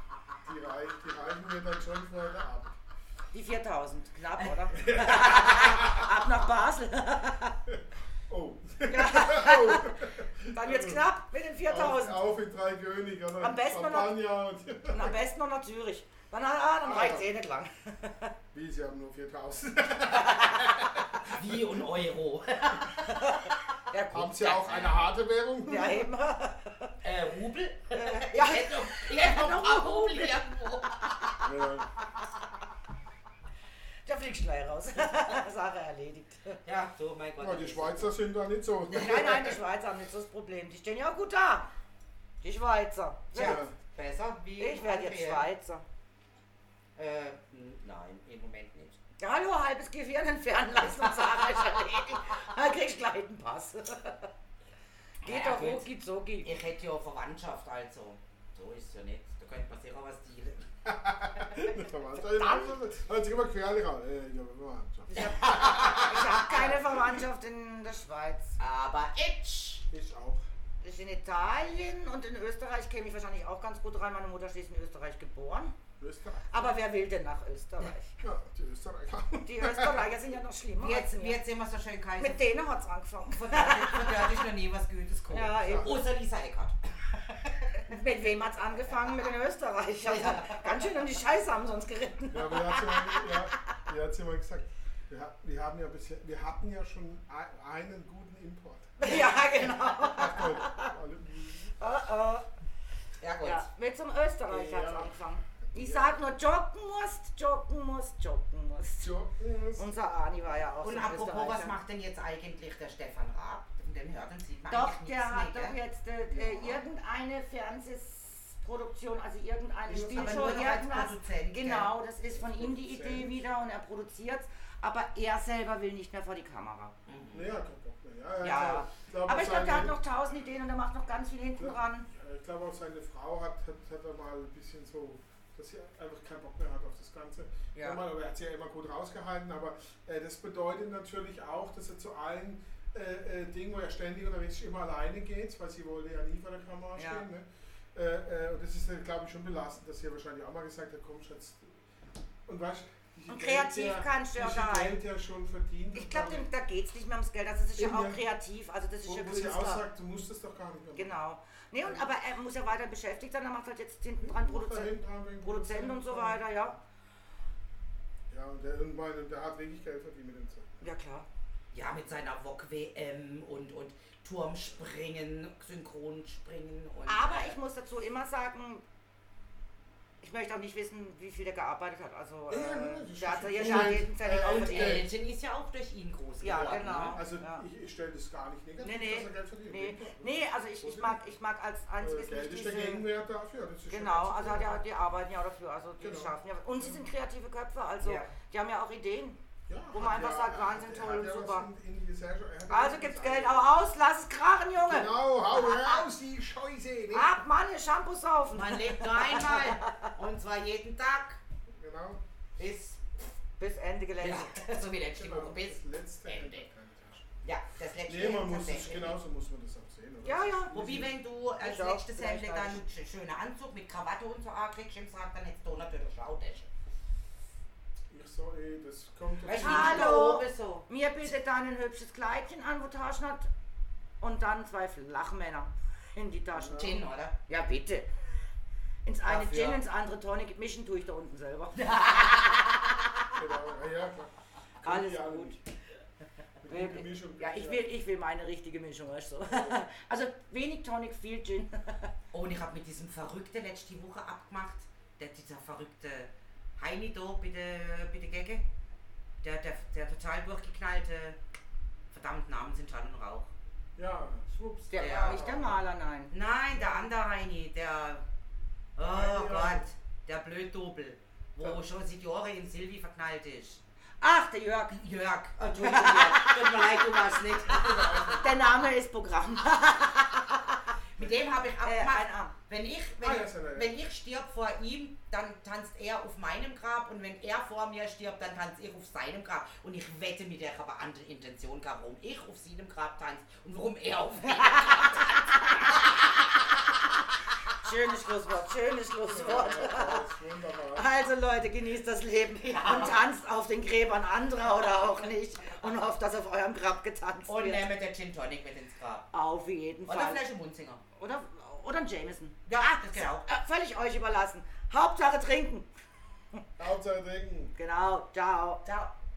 Speaker 3: Die, reich, die reichen mir dann schon für heute Abend.
Speaker 5: Die 4000, knapp, oder? Ab nach Basel.
Speaker 3: Oh.
Speaker 5: Dann jetzt knapp mit den 4000.
Speaker 3: Auf, auf in drei König, oder?
Speaker 5: Am besten noch-
Speaker 3: Champagner und.
Speaker 5: Und am besten noch nach Zürich. Dann, ah, dann reicht es eh nicht lang.
Speaker 3: Wie, sie haben nur 4000.
Speaker 4: Wie und Euro.
Speaker 5: Ja,
Speaker 3: Haben
Speaker 5: gut.
Speaker 3: sie auch eine harte Währung?
Speaker 5: Ja, eben.
Speaker 4: Äh, Rubel?
Speaker 5: Ja,
Speaker 4: Ich hätte noch, ich hätte noch ein paar Rubel irgendwo.
Speaker 3: Ja.
Speaker 5: der fliegt schnell raus. Sache erledigt.
Speaker 4: Ja, du, mein Gott.
Speaker 3: Ja, die Schweizer sind da nicht so.
Speaker 5: Nein, nein, die Schweizer haben nicht so das Problem. Die stehen ja auch gut da. Die Schweizer.
Speaker 4: Ja, besser wie
Speaker 5: Ich werde jetzt
Speaker 4: Andrea.
Speaker 5: Schweizer.
Speaker 4: Äh, n- nein, im Moment nicht.
Speaker 5: Ja, Hallo, halbes Gehirn entfernen lassen und Sache ist erledigt. Dann kriegst du gleich einen Pass. Geht
Speaker 4: Ja,
Speaker 5: doch
Speaker 4: gut.
Speaker 5: rucki zucki.
Speaker 4: Ich hätte ja Verwandtschaft, also. So ist ja nicht. Da könnte man sicher was dealen.
Speaker 3: Hört sich immer querlich an. Äh, ja, warte mal.
Speaker 5: Ich habe hab keine Verwandtschaft in der Schweiz.
Speaker 4: Aber ich.
Speaker 3: Ich auch.
Speaker 5: Ich in Italien und in Österreich käme ich wahrscheinlich auch ganz gut rein. Meine Mutter ist schließlich in Österreich geboren.
Speaker 3: Österreich.
Speaker 5: Aber wer will denn nach Österreich?
Speaker 3: Ja, die Österreicher.
Speaker 5: Die Österreicher sind ja noch schlimmer. als
Speaker 4: Jetzt,
Speaker 5: wir.
Speaker 4: jetzt sind wir so schön kaiser.
Speaker 5: Mit denen hat es angefangen.
Speaker 4: Von der von der hatte ich noch nie was Gutes gehört.
Speaker 5: Ja, eben.
Speaker 4: Außer Lisa Eckert.
Speaker 5: Mit wem hat es angefangen? Mit den Österreichern. Ganz schön in die Scheiße haben sie uns geritten.
Speaker 3: Ja, aber die hat sie mal, ja, die hat sie mal gesagt. Wir, ha- wir, haben ja bisher, wir hatten ja schon ein- einen guten Import. halt,
Speaker 5: Ja, genau.
Speaker 3: Ach, toll. Alle-
Speaker 5: Oh, oh.
Speaker 4: Ja, gut.
Speaker 5: Ja, mit zum Österreich hat's
Speaker 3: Ja.
Speaker 5: angefangen. Ich
Speaker 3: Ja.
Speaker 5: sag nur, joggen musst, joggen musst, joggen musst.
Speaker 3: Jo, mm,
Speaker 5: Unser Ani war ja auch
Speaker 4: Und
Speaker 5: so ein
Speaker 4: apropos, was
Speaker 5: Österreicher.
Speaker 4: macht denn jetzt eigentlich der Stefan Raab? Von dem hört und sieht man
Speaker 5: Doch,
Speaker 4: eigentlich
Speaker 5: der hat
Speaker 4: nichts
Speaker 5: doch
Speaker 4: mehr,
Speaker 5: jetzt äh, äh, irgendeine Fernsehproduktion, also irgendeine
Speaker 4: Ich- aber
Speaker 5: Spielshow,
Speaker 4: nur noch als
Speaker 5: irgendwas.
Speaker 4: Produzent, gell?
Speaker 5: Genau, das ist von ihm die
Speaker 3: Produzent.
Speaker 5: Idee wieder und er produziert's, aber er selber will nicht mehr vor die Kamera.
Speaker 3: nee, ja, kein Bock mehr. Ja, ja,
Speaker 5: Ja,
Speaker 3: glaub,
Speaker 5: aber ich glaube, der hat
Speaker 3: seine-
Speaker 5: noch tausend Ideen und er macht noch ganz viel hinten dran.
Speaker 3: Ja, Äh, Ich glaube auch seine Frau hat, hat, hat er mal ein bisschen so, dass sie einfach keinen Bock mehr hat auf das Ganze.
Speaker 5: Ja.
Speaker 3: Nochmal, aber er hat sie ja immer gut rausgehalten, aber äh, das bedeutet natürlich auch, dass er zu allen äh, äh, Dingen, wo er ständig unterwegs ist, immer alleine geht, weil sie wollte ja nie vor der Kamera
Speaker 5: Ja.
Speaker 3: stehen. Ne? Äh, äh, und das ist, glaube ich, schon belastend, dass sie ja wahrscheinlich auch mal gesagt hat, komm Schatz. Und weißt du, wie
Speaker 5: Und
Speaker 3: viel Geld
Speaker 5: kreativ
Speaker 3: der-
Speaker 5: kannst du ja
Speaker 3: wie viel
Speaker 5: gar nicht.
Speaker 3: Geld der schon verdient.
Speaker 5: Ich
Speaker 3: hat
Speaker 5: glaube,
Speaker 3: damit.
Speaker 5: da geht es nicht mehr ums Geld. Also das ist ja
Speaker 3: Eben,
Speaker 5: auch
Speaker 3: ja.
Speaker 5: kreativ. Also das ist
Speaker 3: wo,
Speaker 5: ja
Speaker 3: wo sie
Speaker 5: Künstler.
Speaker 3: aussagt, du musst es doch gar nicht mehr machen.
Speaker 5: Genau. Nee, und aber er muss ja weiter beschäftigt sein. Er macht halt jetzt hinten dran
Speaker 3: Da
Speaker 5: Produzent,
Speaker 3: hinten dran wegen
Speaker 5: Produzent und so weiter, ja.
Speaker 3: Ja, und der, irgendwann, und der hat wirklich Geld verdient mit dem Zeug.
Speaker 5: Ja klar.
Speaker 4: Ja, mit seiner VOG-WM und, und Turmspringen, Synchronspringen und.
Speaker 5: Aber
Speaker 4: äh,
Speaker 5: ich muss dazu immer sagen, ich möchte auch nicht wissen, wie viel der gearbeitet hat. Also
Speaker 3: Ja, ja,
Speaker 5: äh,
Speaker 3: das ist
Speaker 5: der hat ja
Speaker 3: schon
Speaker 5: jeden
Speaker 3: cool.
Speaker 5: Cent
Speaker 3: Äh,
Speaker 5: auch
Speaker 3: und,
Speaker 4: Und
Speaker 5: verdient.
Speaker 3: äh,
Speaker 4: Elton ist ja auch durch ihn groß
Speaker 5: Ja,
Speaker 4: geworden.
Speaker 5: genau.
Speaker 4: Ne?
Speaker 3: Also
Speaker 5: Ja.
Speaker 3: ich, ich stelle das gar nicht negativ,
Speaker 5: Nee, nee.
Speaker 3: dass er Geld verdient.
Speaker 5: Nee,
Speaker 3: Ja.
Speaker 5: nee also ich, ich, mag, ich mag als
Speaker 3: Äh,
Speaker 5: einziges
Speaker 3: Geld
Speaker 5: nicht
Speaker 3: ist der
Speaker 5: diese...
Speaker 3: Gegenwert dafür. Das ist
Speaker 5: Genau,
Speaker 3: schon
Speaker 5: also
Speaker 3: ganz
Speaker 5: die,
Speaker 3: gut.
Speaker 5: die arbeiten ja auch dafür, also die
Speaker 3: Genau.
Speaker 5: schaffen ja. Und sie sind kreative Köpfe, also
Speaker 4: Ja.
Speaker 5: die haben ja auch Ideen.
Speaker 3: Ja,
Speaker 5: wo man
Speaker 3: hat
Speaker 5: einfach
Speaker 3: ja-
Speaker 5: sagt, Wahnsinn,
Speaker 3: hat
Speaker 5: toll und
Speaker 3: ja was
Speaker 5: super.
Speaker 3: in- in die Gesellschaft- er hat ja
Speaker 5: Also
Speaker 3: was
Speaker 5: gibt's
Speaker 3: gesagt.
Speaker 5: Geld auch aus, lass es krachen, Junge!
Speaker 3: Genau, hau raus, die Scheiße. ne?
Speaker 5: Ab, Mann, ihr Shampoo saufen!
Speaker 4: Man lebt nur einmal. und zwar jeden Tag.
Speaker 3: Genau.
Speaker 4: Bis.
Speaker 5: Bis Ende Gelände.
Speaker 4: Ja, so wie letzte
Speaker 3: Genau,
Speaker 4: Woche. Bis.
Speaker 3: das letzte
Speaker 4: Ende.
Speaker 3: Ende.
Speaker 4: Ja, das letzte
Speaker 3: Nee, man muss es, genau-
Speaker 4: tatsächlich.
Speaker 3: genauso muss man das auch sehen. Oder?
Speaker 5: Ja, ja.
Speaker 4: Wobei, wenn du als
Speaker 5: Ich auch,
Speaker 4: letztes
Speaker 5: vielleicht
Speaker 4: Hemd dann
Speaker 5: falsch.
Speaker 4: einen sch- schönen Anzug mit Krawatte und so ankriegst im Sarg, dann hättest du natürlich auch das.
Speaker 3: Ich sorry, das kommt
Speaker 4: Weißt
Speaker 3: dazu.
Speaker 4: du, wie die da
Speaker 5: Hallo.
Speaker 4: oben so.
Speaker 5: Mir bietet dann ein hübsches Kleidchen an, wo Taschen hat. Und dann zwei Flachmänner in die Taschen.
Speaker 4: Gin, oder?
Speaker 5: Ja, bitte. Ins eine
Speaker 4: Dafür.
Speaker 5: Gin, ins andere Tonic. Mischen tue ich da unten selber.
Speaker 3: Genau, ja, ja, klar.
Speaker 5: Alles
Speaker 3: Ja,
Speaker 5: gut.
Speaker 3: Mit guter Mischung.
Speaker 5: Ja, ich will, ich will meine richtige Mischung, weißt du. Also wenig Tonic, viel Gin.
Speaker 4: Oh, und ich habe mit diesem Verrückten letzte Woche abgemacht. Der, dieser verrückte Heini da, bitte, bitte Gegge. Der, der, der total durchgeknallte. Verdammt, Namen sind Schall und Rauch.
Speaker 3: Ja, schwupps.
Speaker 5: Der
Speaker 4: Ja.
Speaker 5: Nicht der Maler, nein.
Speaker 4: Nein, der andere Heini, der. Oh
Speaker 3: Ja.
Speaker 4: Gott, der Blöddobel. Wo
Speaker 3: Ja.
Speaker 4: schon seit Jahren in Silvi verknallt ist.
Speaker 5: Ach, der Jörg.
Speaker 4: Jörg, Entschuldigung, Jörg. Tut mir leid, du warst nicht.
Speaker 5: Der Name ist Programm.
Speaker 4: Mit dem habe ich
Speaker 5: Äh,
Speaker 4: abgemacht.
Speaker 5: ein Arm.
Speaker 4: Wenn ich, wenn,
Speaker 3: Ah, ja, ist ja neu.
Speaker 4: wenn ich stirb vor ihm, dann tanzt er auf meinem Grab und wenn er vor mir stirbt, dann tanzt ich auf seinem Grab. Und ich wette mit der aber andere Intention gehabt, warum ich auf seinem Grab tanze und warum er auf meinem.
Speaker 5: Schönes Schlusswort, schönes
Speaker 3: Ja,
Speaker 5: Schlusswort.
Speaker 3: das ist wunderbar.
Speaker 5: Also Leute, genießt das Leben und tanzt auf den Gräbern anderer oder auch nicht und hofft, dass auf eurem Grab getanzt
Speaker 4: Und
Speaker 5: wird.
Speaker 4: nehmt der Gin Tonic mit ins Grab.
Speaker 5: Auf jeden
Speaker 4: Oder
Speaker 5: Fall.
Speaker 4: vielleicht ein Ah, Munzinger.
Speaker 5: Oder, oder ein Jameson.
Speaker 4: Ja, genau. das geht auch.
Speaker 5: Äh, völlig euch überlassen. Hauptsache trinken.
Speaker 3: Hauptsache denken.
Speaker 5: Genau, ciao.
Speaker 4: Ciao.